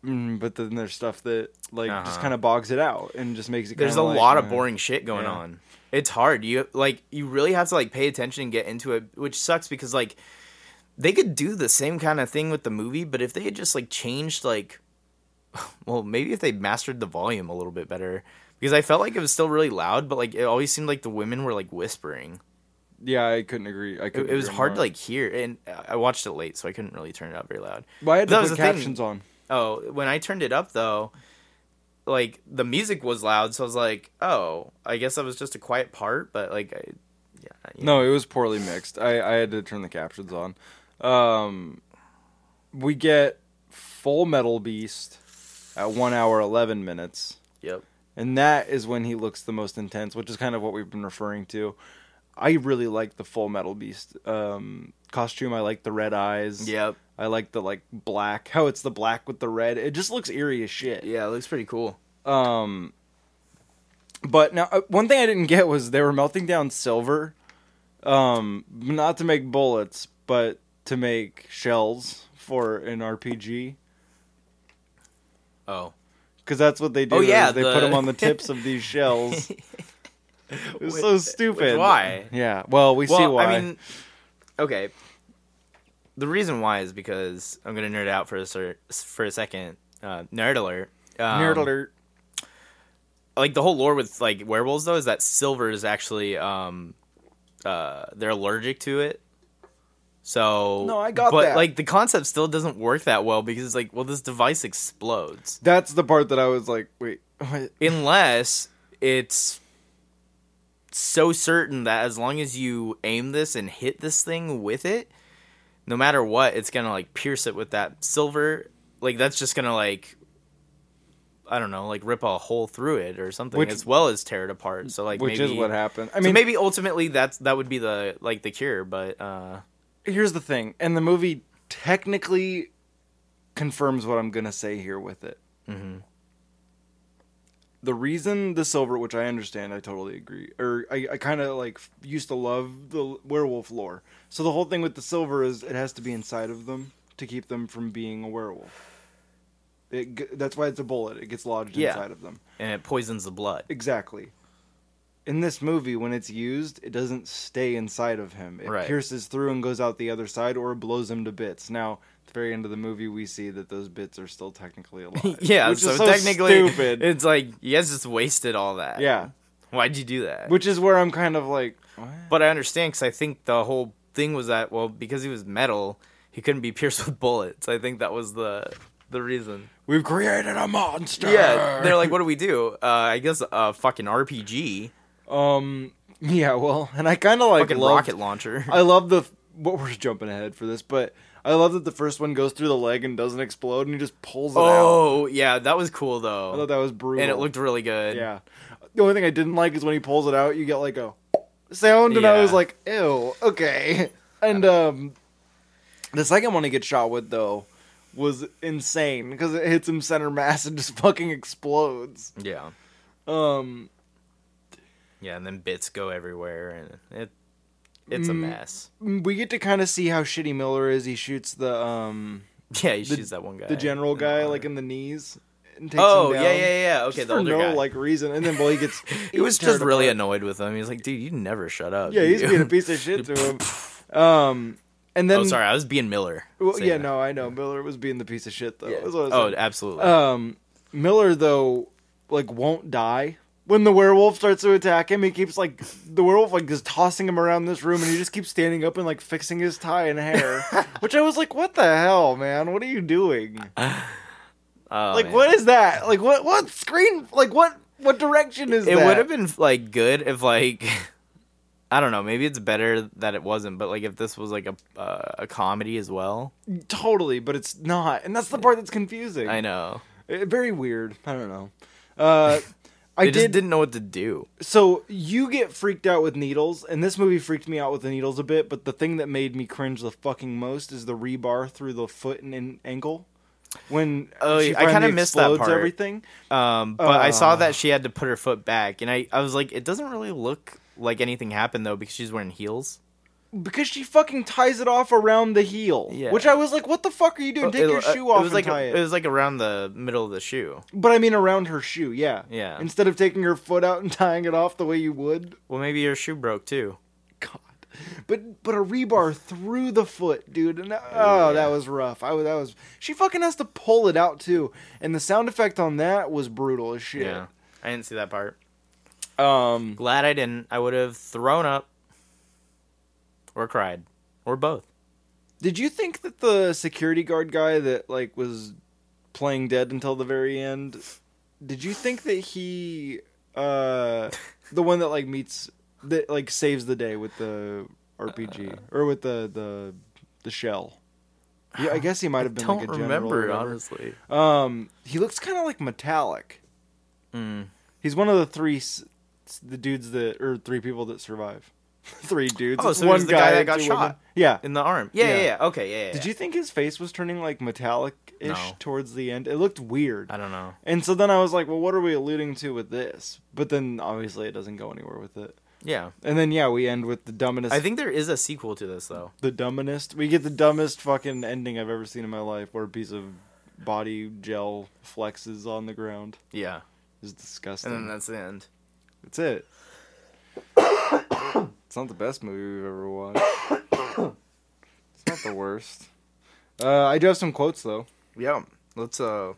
[SPEAKER 1] mm, but then there's stuff that like just
[SPEAKER 2] Uh-huh.
[SPEAKER 1] kind of bogs it out and just makes it.
[SPEAKER 2] There's a
[SPEAKER 1] kinda like,
[SPEAKER 2] lot of
[SPEAKER 1] uh,
[SPEAKER 2] boring shit going
[SPEAKER 1] yeah.
[SPEAKER 2] on. It's hard. You like you really have to like pay attention and get into it, which sucks because like they could do the same kind of thing with the movie, but if they had just like changed like well, maybe if they mastered the volume a little bit better because I felt like it was still really loud, but like it always seemed like the women were like whispering.
[SPEAKER 1] Yeah, I couldn't agree. I couldn't
[SPEAKER 2] It, it was
[SPEAKER 1] agree
[SPEAKER 2] hard to
[SPEAKER 1] more.
[SPEAKER 2] like hear, and I watched it late, so I couldn't really turn it up very loud.
[SPEAKER 1] Well, I had
[SPEAKER 2] that
[SPEAKER 1] to
[SPEAKER 2] was
[SPEAKER 1] put
[SPEAKER 2] the thing.
[SPEAKER 1] captions on.
[SPEAKER 2] Oh, when I turned it up though, like the music was loud, so I was like, oh, I guess that was just a quiet part, but like, I, yeah, yeah.
[SPEAKER 1] No, it was poorly mixed. I, I had to turn the captions on. Um, we get Full Metal Beast at one hour eleven minutes.
[SPEAKER 2] yep.
[SPEAKER 1] and that is when he looks the most intense, which is kind of what we've been referring to. I really like the Full Metal Beast um, costume. I like the red eyes.
[SPEAKER 2] Yep.
[SPEAKER 1] I like the like black. How it's the black with the red. It just looks eerie as shit.
[SPEAKER 2] Yeah, it looks pretty cool.
[SPEAKER 1] Um, but now uh, one thing I didn't get was they were melting down silver, um, not to make bullets, but to make shells for an RPG.
[SPEAKER 2] Oh,
[SPEAKER 1] Because that's what they do.
[SPEAKER 2] Oh, yeah,
[SPEAKER 1] is they put 'em put
[SPEAKER 2] the-
[SPEAKER 1] them on the tips of these shells. It was so stupid.
[SPEAKER 2] why?
[SPEAKER 1] Yeah. Well, we see
[SPEAKER 2] well,
[SPEAKER 1] why.
[SPEAKER 2] I mean, okay. The reason why is because I'm gonna nerd out for a cer- for a second. Uh, nerd alert. Um,
[SPEAKER 1] Nerd alert.
[SPEAKER 2] like the whole lore with like werewolves though is that silver is actually um uh they're allergic to it so
[SPEAKER 1] No, I got
[SPEAKER 2] but
[SPEAKER 1] that.
[SPEAKER 2] like the concept still doesn't work that well because it's like well this device explodes
[SPEAKER 1] That's the part that I was like, wait. what?
[SPEAKER 2] unless it's so certain that as long as you aim this and hit this thing with it no matter what it's gonna like pierce it with that silver like that's just gonna like i don't know like rip a hole through it or something
[SPEAKER 1] Which-
[SPEAKER 2] as well as tear it apart so like
[SPEAKER 1] Which
[SPEAKER 2] maybe,
[SPEAKER 1] is what happened. I
[SPEAKER 2] I
[SPEAKER 1] mean,
[SPEAKER 2] mean, maybe ultimately that's that would be the like the cure, but uh,
[SPEAKER 1] here's the thing, and the movie technically confirms what I'm gonna say here with it. The reason the silver, which I understand, I totally agree, or I, I kind of like used to love the werewolf lore. So the whole thing with the silver is it has to be inside of them to keep them from being a werewolf. It, g- that's why it's a bullet. It gets lodged
[SPEAKER 2] Yeah.
[SPEAKER 1] inside of them.
[SPEAKER 2] and it poisons the blood.
[SPEAKER 1] Exactly. In this movie, when it's used, it doesn't stay inside of him. It
[SPEAKER 2] Right.
[SPEAKER 1] pierces through and goes out the other side or blows him to bits. Now, the very end of the movie, we see that those bits are still technically alive.
[SPEAKER 2] yeah,
[SPEAKER 1] which
[SPEAKER 2] so,
[SPEAKER 1] is so
[SPEAKER 2] technically,
[SPEAKER 1] stupid.
[SPEAKER 2] it's like you guys just wasted all that.
[SPEAKER 1] yeah,
[SPEAKER 2] Why'd you do that?
[SPEAKER 1] which is where I'm kind of like, what?
[SPEAKER 2] But I understand because I think the whole thing was that well because he was metal, he couldn't be pierced with bullets. I think that was the the reason.
[SPEAKER 1] we've created a monster.
[SPEAKER 2] Yeah, they're like, what do we do? Uh, I guess a fucking RPG,
[SPEAKER 1] um, yeah, well, and I kind of like
[SPEAKER 2] fucking
[SPEAKER 1] loved-
[SPEAKER 2] rocket launcher.
[SPEAKER 1] I love the what we're jumping ahead for this, but I love that the first one goes through the leg and doesn't explode, and he just pulls it out.
[SPEAKER 2] oh yeah, that was cool
[SPEAKER 1] I thought
[SPEAKER 2] though,
[SPEAKER 1] that was brutal,
[SPEAKER 2] and it looked really good.
[SPEAKER 1] yeah. The only thing I didn't like is when he pulls it out, you get like a sound, and I
[SPEAKER 2] Yeah.
[SPEAKER 1] was like, ew, okay. And um, the second one he gets shot with though was insane because it hits him center mass and just fucking explodes.
[SPEAKER 2] yeah,
[SPEAKER 1] Um,
[SPEAKER 2] yeah. And then bits go everywhere, and it it's
[SPEAKER 1] Mm.
[SPEAKER 2] a mess.
[SPEAKER 1] we get to kind of see how shitty Miller is. He shoots the um
[SPEAKER 2] Yeah, he
[SPEAKER 1] The-
[SPEAKER 2] shoots that one guy,
[SPEAKER 1] the general
[SPEAKER 2] in the
[SPEAKER 1] guy
[SPEAKER 2] arm.
[SPEAKER 1] like in the knees. And takes
[SPEAKER 2] Oh
[SPEAKER 1] him
[SPEAKER 2] yeah,
[SPEAKER 1] down.
[SPEAKER 2] yeah, yeah. Okay,
[SPEAKER 1] Just
[SPEAKER 2] the
[SPEAKER 1] for no
[SPEAKER 2] older guy.
[SPEAKER 1] like reason, and then well, he gets.
[SPEAKER 2] he was just
[SPEAKER 1] teared
[SPEAKER 2] really
[SPEAKER 1] apart.
[SPEAKER 2] annoyed with him. He was like, "Dude, you never shut up."
[SPEAKER 1] Yeah, he's
[SPEAKER 2] you."
[SPEAKER 1] being a piece of shit to him. Um, and then
[SPEAKER 2] oh, sorry, I was being Miller.
[SPEAKER 1] Well,
[SPEAKER 2] Say
[SPEAKER 1] yeah,
[SPEAKER 2] that.
[SPEAKER 1] no, I know Miller was being the piece of shit though. That's what I was
[SPEAKER 2] Oh,
[SPEAKER 1] saying.
[SPEAKER 2] absolutely.
[SPEAKER 1] um, Miller though, like won't die. When the werewolf starts to attack him, he keeps like the werewolf like just tossing him around this room, and he just keeps standing up and like fixing his tie and hair. which I was like, "What the hell, man? What are you doing?
[SPEAKER 2] Oh,
[SPEAKER 1] like,
[SPEAKER 2] man.
[SPEAKER 1] what is that? Like, what what screen? Like, what what direction is
[SPEAKER 2] It
[SPEAKER 1] that?"
[SPEAKER 2] would have been like good if like. I don't know. Maybe it's better that it wasn't, but like if this was like a uh, a comedy as well.
[SPEAKER 1] Totally, but it's not, and that's the part that's confusing.
[SPEAKER 2] I know.
[SPEAKER 1] Uh, very weird. I don't know. Uh, I
[SPEAKER 2] I just
[SPEAKER 1] did.
[SPEAKER 2] didn't know what to do.
[SPEAKER 1] So you get freaked out with needles, and this movie freaked me out with the needles a bit. But the thing that made me cringe the fucking most is the rebar through the foot and, and ankle. When
[SPEAKER 2] Oh,
[SPEAKER 1] she
[SPEAKER 2] I kinda
[SPEAKER 1] finally
[SPEAKER 2] missed that
[SPEAKER 1] explodes
[SPEAKER 2] part.
[SPEAKER 1] Everything.
[SPEAKER 2] Um, but I saw
[SPEAKER 1] Uh.
[SPEAKER 2] that she had to put her foot back, and I I was like, it doesn't really look like anything happened though because she's wearing heels.
[SPEAKER 1] because she fucking ties it off around the heel.
[SPEAKER 2] Yeah.
[SPEAKER 1] Which I was like, what the fuck are you doing? Take
[SPEAKER 2] It-
[SPEAKER 1] your
[SPEAKER 2] uh,
[SPEAKER 1] shoe off
[SPEAKER 2] It was
[SPEAKER 1] and
[SPEAKER 2] like
[SPEAKER 1] tie it.
[SPEAKER 2] it was like around the middle of the shoe.
[SPEAKER 1] But I mean, around her shoe. Yeah.
[SPEAKER 2] Yeah.
[SPEAKER 1] Instead of taking her foot out and tying it off the way you would.
[SPEAKER 2] Well, maybe her shoe broke too.
[SPEAKER 1] God. But but a rebar through the foot, dude. And, oh, that was rough. I was that was. She fucking has to pull it out too, and the sound effect on that was brutal as shit.
[SPEAKER 2] Yeah. I didn't see that part.
[SPEAKER 1] Um.
[SPEAKER 2] Glad I didn't. I would have thrown up or cried or both.
[SPEAKER 1] Did you think that the security guard guy that like was playing dead until the very end? Did you think that he, uh, the one that like meets that like saves the day with the
[SPEAKER 2] Uh,
[SPEAKER 1] RPG or with the the the shell? Yeah, I guess he might have been
[SPEAKER 2] Don't
[SPEAKER 1] like a general. or
[SPEAKER 2] remember,
[SPEAKER 1] whatever.
[SPEAKER 2] honestly.
[SPEAKER 1] Um, he looks kind of like metallic.
[SPEAKER 2] Mm.
[SPEAKER 1] He's one of the three, s- s- the dudes that or three people that survive. three dudes.
[SPEAKER 2] Oh,
[SPEAKER 1] It's
[SPEAKER 2] so he
[SPEAKER 1] one
[SPEAKER 2] was the guy that
[SPEAKER 1] and
[SPEAKER 2] got
[SPEAKER 1] two
[SPEAKER 2] shot.
[SPEAKER 1] women. Yeah.
[SPEAKER 2] In the arm. Yeah, yeah,
[SPEAKER 1] Yeah.
[SPEAKER 2] yeah. Okay, yeah, yeah.
[SPEAKER 1] Did
[SPEAKER 2] yeah.
[SPEAKER 1] you think his face was turning like metallic ish
[SPEAKER 2] No.
[SPEAKER 1] towards the end? It looked weird.
[SPEAKER 2] I don't know.
[SPEAKER 1] And so then I was like, well, what are we alluding to with this? But then obviously it doesn't go anywhere with it.
[SPEAKER 2] Yeah.
[SPEAKER 1] And then yeah, we end with the dumbest.
[SPEAKER 2] I think there is a sequel to this though.
[SPEAKER 1] the dumbest. We get the dumbest fucking ending I've ever seen in my life, where a piece of body gel flexes on the ground.
[SPEAKER 2] Yeah.
[SPEAKER 1] It's disgusting.
[SPEAKER 2] And then that's the end.
[SPEAKER 1] That's it. it's not the best movie we've ever watched. it's not the worst. Uh, I do have some quotes though.
[SPEAKER 2] Yeah. Let's uh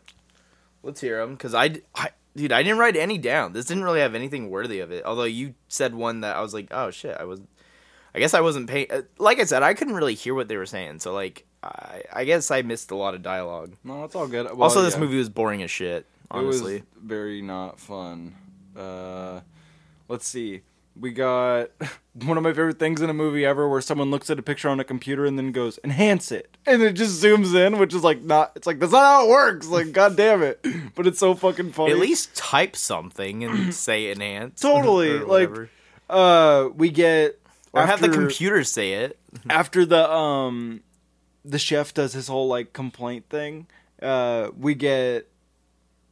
[SPEAKER 2] let's hear them cuz I, d- I- dude, I didn't write any down. This didn't really have anything worthy of it. Although you said one that I was like, "Oh shit, I was I guess I wasn't paying uh, like I said, I couldn't really hear what they were saying. So like I I guess I missed a lot of dialogue.
[SPEAKER 1] No, it's all good. Well,
[SPEAKER 2] also, this
[SPEAKER 1] yeah,
[SPEAKER 2] movie was boring as shit. Honestly,
[SPEAKER 1] it was very not fun. Uh, let's see. We got one of my favorite things in a movie ever, where someone looks at a picture on a computer and then goes enhance it, and it just zooms in, which is like not. It's like that's not how it works. Like, god damn it! But it's so fucking funny.
[SPEAKER 2] at least type something and say enhance.
[SPEAKER 1] Totally,
[SPEAKER 2] or
[SPEAKER 1] like,
[SPEAKER 2] whatever.
[SPEAKER 1] uh, we get
[SPEAKER 2] or have the
[SPEAKER 1] after-
[SPEAKER 2] computer say it.
[SPEAKER 1] after the um the chef does his whole like complaint thing uh we get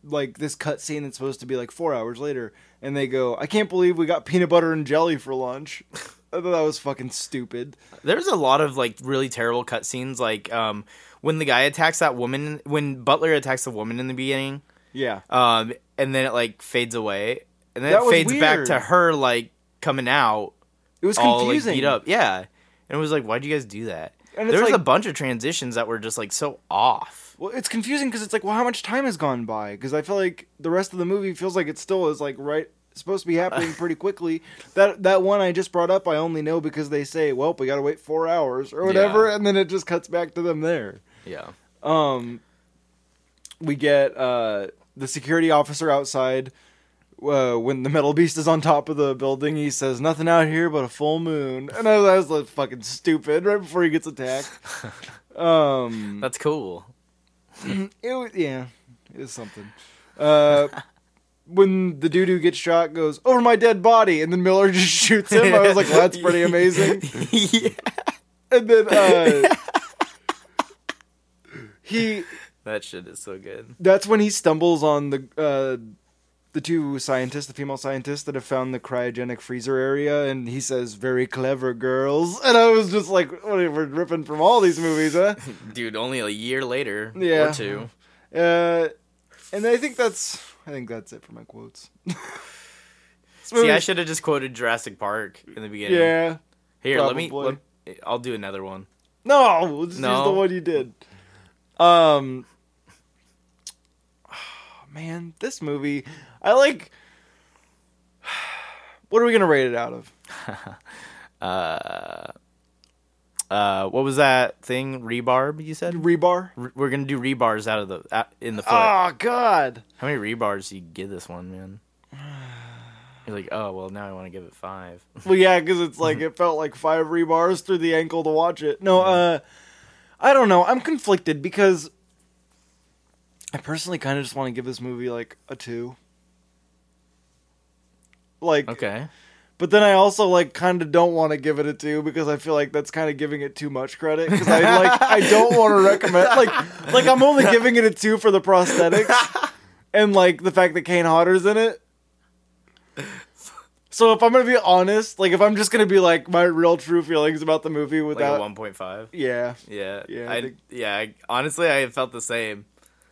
[SPEAKER 1] like this cut scene that's supposed to be like four hours later and they go i can't believe we got peanut butter and jelly for lunch i thought that was fucking stupid
[SPEAKER 2] There's a lot of like really terrible cutscenes, like um when the guy attacks that woman, when Butler attacks the woman in the beginning,
[SPEAKER 1] yeah
[SPEAKER 2] um, and then it like fades away, and then
[SPEAKER 1] That
[SPEAKER 2] it
[SPEAKER 1] was
[SPEAKER 2] fades back to
[SPEAKER 1] weird.
[SPEAKER 2] her like coming out
[SPEAKER 1] it was
[SPEAKER 2] all
[SPEAKER 1] confusing
[SPEAKER 2] Oh, like beat up. Yeah, and it was like, why'd you guys do that?
[SPEAKER 1] And it's
[SPEAKER 2] There's
[SPEAKER 1] like,
[SPEAKER 2] a bunch of transitions that were just like so off.
[SPEAKER 1] well, it's confusing because it's like, well, how much time has gone by? Because I feel like the rest of the movie feels like it still is like right supposed to be happening pretty quickly. That that one I just brought up, I only know because they say, well, we got to wait four hours or whatever,
[SPEAKER 2] Yeah.
[SPEAKER 1] and then it just cuts back to them there.
[SPEAKER 2] Yeah.
[SPEAKER 1] um we get uh the security officer outside uh, when the metal beast is on top of the building he says nothing out here but a full moon and i, I was like fucking stupid right before he gets attacked um
[SPEAKER 2] That's cool.
[SPEAKER 1] it was, yeah it was something uh when the doo-doo gets shot goes over my dead body and then miller just shoots him i was like well, that's pretty amazing
[SPEAKER 2] yeah.
[SPEAKER 1] and then uh he
[SPEAKER 2] That shit is so good.
[SPEAKER 1] that's when he stumbles on the uh, the two scientists, the female scientists that have found the cryogenic freezer area, and he says, "Very clever girls." And I was just like, "What are we ripping from all these movies, huh?"
[SPEAKER 2] Dude, only a year later
[SPEAKER 1] Yeah.
[SPEAKER 2] or two.
[SPEAKER 1] Uh, and I think that's I think that's it for my quotes. This
[SPEAKER 2] See, I
[SPEAKER 1] movie's-
[SPEAKER 2] should have just quoted Jurassic Park in the beginning.
[SPEAKER 1] yeah.
[SPEAKER 2] Here, let
[SPEAKER 1] probably.
[SPEAKER 2] me let, I'll do another one.
[SPEAKER 1] No, we'll just use
[SPEAKER 2] No.
[SPEAKER 1] the one you did. Um, man, this movie, I like. What are we gonna rate it out of?
[SPEAKER 2] Uh, what was that thing? Rebarb, you said?
[SPEAKER 1] Rebar.
[SPEAKER 2] Re- We're gonna do rebars out of the out, in the foot.
[SPEAKER 1] Oh God!
[SPEAKER 2] How many rebars do you give this one, man? You're like, oh well, now I want to give it five.
[SPEAKER 1] Well, yeah, because it's like it felt like five rebars through the ankle to watch it. No, uh, I don't know. I'm conflicted because I personally kind of just want to give this movie like a two. Like,
[SPEAKER 2] Okay.
[SPEAKER 1] but then I also like kind of don't want to give it a two because I feel like that's kind of giving it too much credit because I like I don't want to recommend like like I'm only giving it a two for the prosthetics and like the fact that Kane Hodder's in it. So if I'm gonna be honest, like if I'm just gonna be like my real true feelings about the movie
[SPEAKER 2] Like
[SPEAKER 1] without,
[SPEAKER 2] a one point five.
[SPEAKER 1] yeah,
[SPEAKER 2] Yeah.
[SPEAKER 1] Yeah,
[SPEAKER 2] Yeah.
[SPEAKER 1] I
[SPEAKER 2] I,
[SPEAKER 1] think-
[SPEAKER 2] yeah. I, honestly, I felt the same.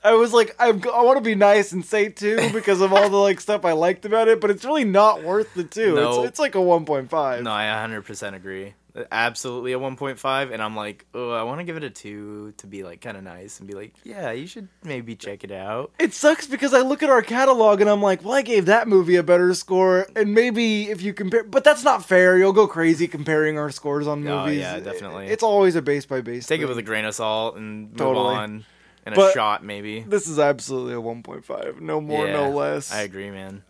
[SPEAKER 1] I was like I'm, g- I want to be nice and say two because of all the like stuff I liked about it, but it's really not worth the two.
[SPEAKER 2] No.
[SPEAKER 1] It's, it's like a one point five.
[SPEAKER 2] No, I 100% agree. Absolutely a 1.5, and I'm like, oh, I want to give it a two to be like kind of nice and be like, yeah, you should maybe check it out.
[SPEAKER 1] It sucks because I look at our catalog and I'm like, well, I gave that movie a better score, and maybe if you compare, but that's not fair. You'll go crazy comparing our scores on
[SPEAKER 2] Oh,
[SPEAKER 1] movies.
[SPEAKER 2] yeah, definitely.
[SPEAKER 1] It's always a base by base.
[SPEAKER 2] Take it
[SPEAKER 1] thing.
[SPEAKER 2] with a grain of salt and move
[SPEAKER 1] Totally.
[SPEAKER 2] on, and
[SPEAKER 1] But-
[SPEAKER 2] a shot maybe.
[SPEAKER 1] This is absolutely a 1.5, no more,
[SPEAKER 2] Yeah,
[SPEAKER 1] no less.
[SPEAKER 2] I agree, man.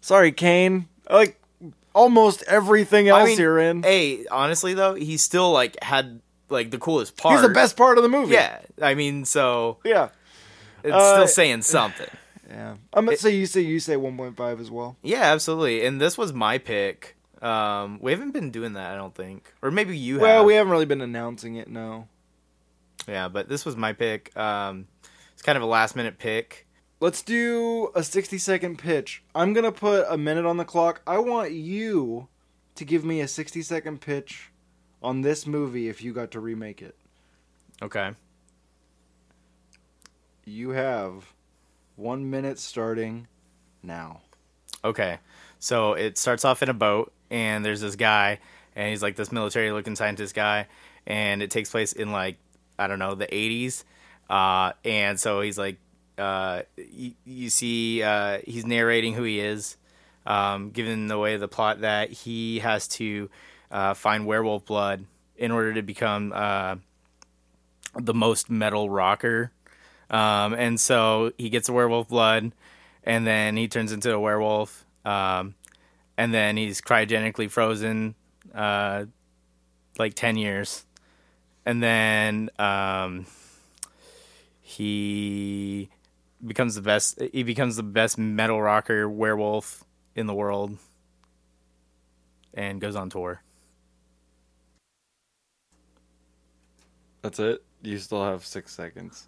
[SPEAKER 1] Sorry, Kane. I Like almost everything else
[SPEAKER 2] I mean,
[SPEAKER 1] you're in.
[SPEAKER 2] Hey, honestly though, he still like had like the coolest part.
[SPEAKER 1] He's the best part of the movie.
[SPEAKER 2] Yeah, I mean, so
[SPEAKER 1] yeah,
[SPEAKER 2] it's
[SPEAKER 1] Uh,
[SPEAKER 2] still saying something.
[SPEAKER 1] yeah. I'm gonna say you say you say 1.5 as well.
[SPEAKER 2] Yeah, absolutely. And this was my pick. Um, we haven't been doing that, I don't think, or maybe you have.
[SPEAKER 1] Well, we haven't really been announcing it. No.
[SPEAKER 2] Yeah, but this was my pick. Um, it's kind of a last minute pick.
[SPEAKER 1] Let's do a 60 second pitch. I'm going to put a minute on the clock. I want you to give me a 60 second pitch on this movie if you got to remake it.
[SPEAKER 2] Okay.
[SPEAKER 1] You have one minute starting now.
[SPEAKER 2] Okay. So it starts off in a boat, and there's this guy, and he's like this military looking scientist guy, and it takes place in like, I don't know, the 80s. Uh, and so he's like, uh, you, you see, uh, he's narrating who he is, um, given the way the plot that he has to uh, find werewolf blood in order to become uh, the most metal rocker. Um, and so he gets the werewolf blood, and then he turns into a werewolf. Um, and then he's cryogenically frozen, uh, like ten years, and then um, he becomes the best. He becomes the best metal rocker werewolf in the world, and goes on tour.
[SPEAKER 1] That's it. You still have six seconds.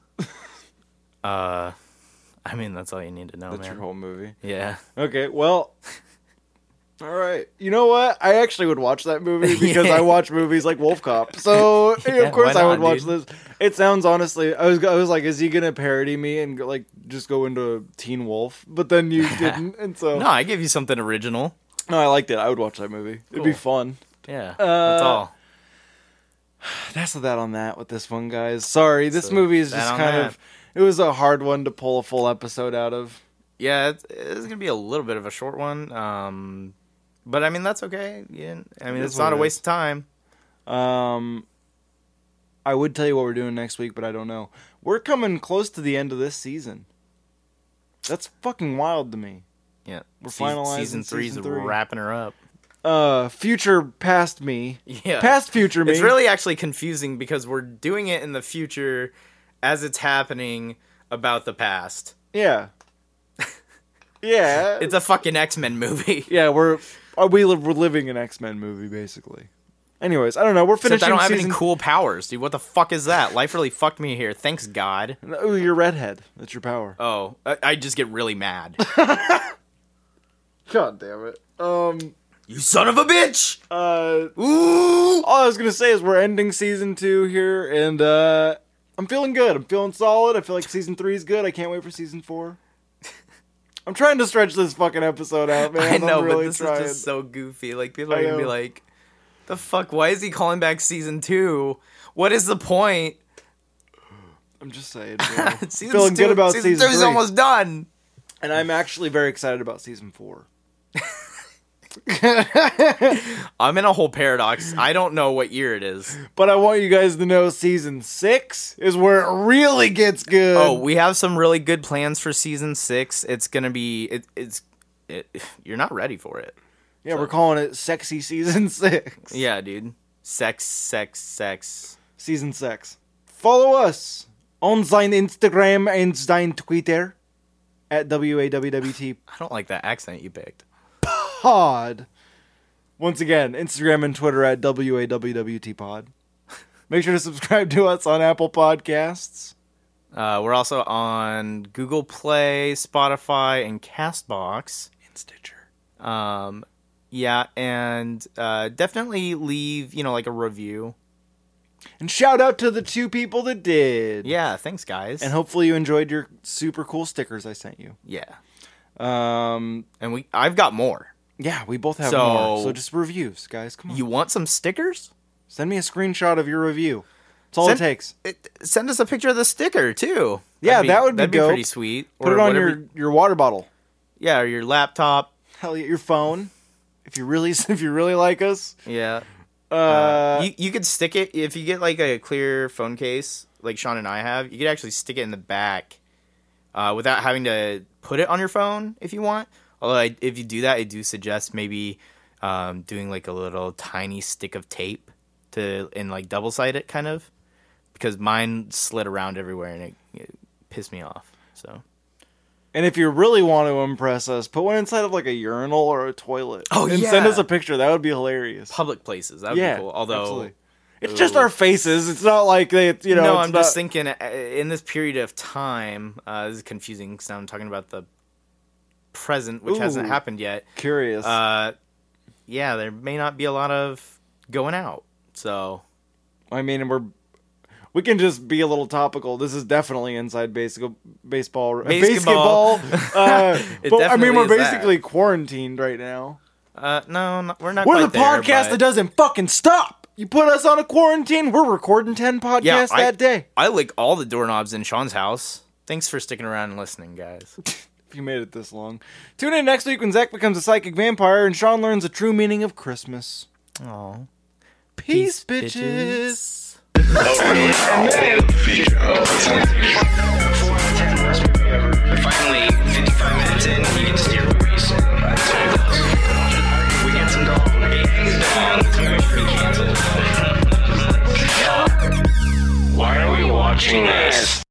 [SPEAKER 2] Uh, I mean, that's all you need to know, Oh, man.
[SPEAKER 1] whole movie.
[SPEAKER 2] yeah.
[SPEAKER 1] Okay, well. All right. You know what? I actually would watch that movie because I watch movies like Wolf Cop. So
[SPEAKER 2] Yeah,
[SPEAKER 1] of course
[SPEAKER 2] why
[SPEAKER 1] I would
[SPEAKER 2] not,
[SPEAKER 1] watch
[SPEAKER 2] dude?
[SPEAKER 1] this. It sounds honestly. I was I was like, is he gonna parody me and go, like just go into Teen Wolf? But then you didn't, and so
[SPEAKER 2] No, I give you something original.
[SPEAKER 1] no, I liked it. I would watch that movie. It'd be fun.
[SPEAKER 2] Yeah, that's all.
[SPEAKER 1] That's that on that with this one, guys. Sorry, this
[SPEAKER 2] So,
[SPEAKER 1] movie is
[SPEAKER 2] that
[SPEAKER 1] just
[SPEAKER 2] on
[SPEAKER 1] kind
[SPEAKER 2] that.
[SPEAKER 1] of. It was a hard one to pull a full episode out of.
[SPEAKER 2] Yeah, it's, it's gonna be a little bit of a short one. Um, but I mean that's okay. Yeah, I mean
[SPEAKER 1] It
[SPEAKER 2] it's
[SPEAKER 1] is what
[SPEAKER 2] not a
[SPEAKER 1] it
[SPEAKER 2] waste of time.
[SPEAKER 1] Um, I would tell you what we're doing next week, but I don't know. We're coming close to the end of this season. That's fucking wild to me.
[SPEAKER 2] Yeah,
[SPEAKER 1] We're
[SPEAKER 2] Seas-
[SPEAKER 1] finalizing
[SPEAKER 2] season three's
[SPEAKER 1] season three.
[SPEAKER 2] wrapping her up.
[SPEAKER 1] Uh, future past me,
[SPEAKER 2] Yeah,
[SPEAKER 1] past future me.
[SPEAKER 2] It's really actually confusing because we're doing it in the future as it's happening about the past.
[SPEAKER 1] yeah, yeah.
[SPEAKER 2] It's a fucking X Men movie.
[SPEAKER 1] yeah, we're are we li- we're living an X Men movie basically. Anyways, I don't know. We're
[SPEAKER 2] Except
[SPEAKER 1] finishing
[SPEAKER 2] I don't have
[SPEAKER 1] season.
[SPEAKER 2] any cool powers, dude. What the fuck is that? Life really fucked me here. Thanks God.
[SPEAKER 1] oh, you're redhead. That's your power.
[SPEAKER 2] Oh, I, I just get really mad.
[SPEAKER 1] God damn it. Um.
[SPEAKER 2] you son of a bitch!
[SPEAKER 1] Uh.
[SPEAKER 2] Ooh.
[SPEAKER 1] All I was gonna say is we're ending season two here, and uh, I'm feeling good. I'm feeling solid. I feel like season three is good. I can't wait for season four. I'm trying to stretch this fucking episode out, man.
[SPEAKER 2] I know,
[SPEAKER 1] am really
[SPEAKER 2] but this
[SPEAKER 1] trying.
[SPEAKER 2] is just so goofy. Like people
[SPEAKER 1] I
[SPEAKER 2] are gonna be
[SPEAKER 1] know.
[SPEAKER 2] like, "The fuck? Why is he calling back season two? What is the point?"
[SPEAKER 1] I'm just saying. bro.
[SPEAKER 2] season
[SPEAKER 1] feeling good about
[SPEAKER 2] season,
[SPEAKER 1] season
[SPEAKER 2] two's
[SPEAKER 1] three.
[SPEAKER 2] almost done.
[SPEAKER 1] and I'm actually very excited about season four.
[SPEAKER 2] I'm in a whole paradox. I don't know what year it is.
[SPEAKER 1] But I want you guys to know season six is where it really gets good.
[SPEAKER 2] Oh, we have some really good plans for season six. It's gonna be it, it's it, you're not ready for it.
[SPEAKER 1] yeah, we're calling it sexy season six.
[SPEAKER 2] Yeah, dude. Sex, sex, sex.
[SPEAKER 1] Season six. Follow us on sein Instagram and sein Twitter at WAWWT
[SPEAKER 2] I don't like that accent you picked.
[SPEAKER 1] Pod. Once again, Instagram and Twitter at WAWWT Pod. Make sure to subscribe to us on Apple Podcasts.
[SPEAKER 2] Uh, we're also on Google Play, Spotify, and Castbox.
[SPEAKER 1] And Stitcher.
[SPEAKER 2] Um, yeah, and uh, definitely leave you know like a review.
[SPEAKER 1] And shout out to the two people that did.
[SPEAKER 2] Yeah, thanks guys.
[SPEAKER 1] And hopefully you enjoyed your super cool stickers I sent you.
[SPEAKER 2] yeah,
[SPEAKER 1] Um,
[SPEAKER 2] and we I've got more.
[SPEAKER 1] yeah, we both have
[SPEAKER 2] So-
[SPEAKER 1] more. So just reviews, guys. Come on.
[SPEAKER 2] You want some stickers?
[SPEAKER 1] Send me a screenshot of your review. That's all
[SPEAKER 2] Send-
[SPEAKER 1] it takes.
[SPEAKER 2] It, send us a picture of the sticker too.
[SPEAKER 1] Yeah, that would be
[SPEAKER 2] that'd
[SPEAKER 1] dope.
[SPEAKER 2] pretty sweet.
[SPEAKER 1] Put
[SPEAKER 2] Or
[SPEAKER 1] it on
[SPEAKER 2] whatever-
[SPEAKER 1] your, your water bottle.
[SPEAKER 2] yeah or your laptop.
[SPEAKER 1] Hell yeah, your phone. If you really if you really like us,
[SPEAKER 2] Yeah,
[SPEAKER 1] uh,
[SPEAKER 2] you you could stick it if you get like a clear phone case like Sean and I have. You could actually stick it in the back uh, without having to put it on your phone if you want. Although I, if you do that, I do suggest maybe um, doing like a little tiny stick of tape to and like double sided it kind of because mine slid around everywhere and it, it pissed me off. So
[SPEAKER 1] and if you really want to impress us, put one inside of like a urinal or a toilet.
[SPEAKER 2] Oh,
[SPEAKER 1] and send
[SPEAKER 2] yeah.
[SPEAKER 1] us a picture. That would be hilarious.
[SPEAKER 2] public places that would
[SPEAKER 1] yeah,
[SPEAKER 2] be cool. Although.
[SPEAKER 1] absolutely. it's just our faces. It's not like they, you know.
[SPEAKER 2] no,
[SPEAKER 1] it's
[SPEAKER 2] I'm just
[SPEAKER 1] not-
[SPEAKER 2] thinking uh, in this period of time, uh, this is confusing because I'm talking about the present, which hasn't
[SPEAKER 1] Ooh.
[SPEAKER 2] happened yet.
[SPEAKER 1] curious.
[SPEAKER 2] Uh, yeah, there may not be a lot of going out. So,
[SPEAKER 1] I mean, we're we can just be a little topical. This is definitely inside basic baseball. basketball,
[SPEAKER 2] Basketball.
[SPEAKER 1] uh,
[SPEAKER 2] It
[SPEAKER 1] but I mean,
[SPEAKER 2] definitely
[SPEAKER 1] we're
[SPEAKER 2] is that.
[SPEAKER 1] basically quarantined right now.
[SPEAKER 2] uh, no, no, we're not.
[SPEAKER 1] We're the
[SPEAKER 2] quite there,
[SPEAKER 1] podcast that
[SPEAKER 2] but-
[SPEAKER 1] doesn't fucking stop. You put us on a quarantine. We're recording ten podcasts
[SPEAKER 2] Yeah, I-
[SPEAKER 1] that day.
[SPEAKER 2] I lick all the doorknobs in Sean's house. Thanks for sticking around and listening, guys.
[SPEAKER 1] If you made it this long, tune in next week when Zach becomes a psychic vampire and Sean learns the true meaning of Christmas.
[SPEAKER 2] Aw.
[SPEAKER 1] Peace,
[SPEAKER 2] Peace,
[SPEAKER 1] bitches.
[SPEAKER 4] Finally, 55 minutes in, you can steer the race. That's all it does. We get some dog. It hangs dog. It's very pretty canceled.
[SPEAKER 3] Why are we watching this?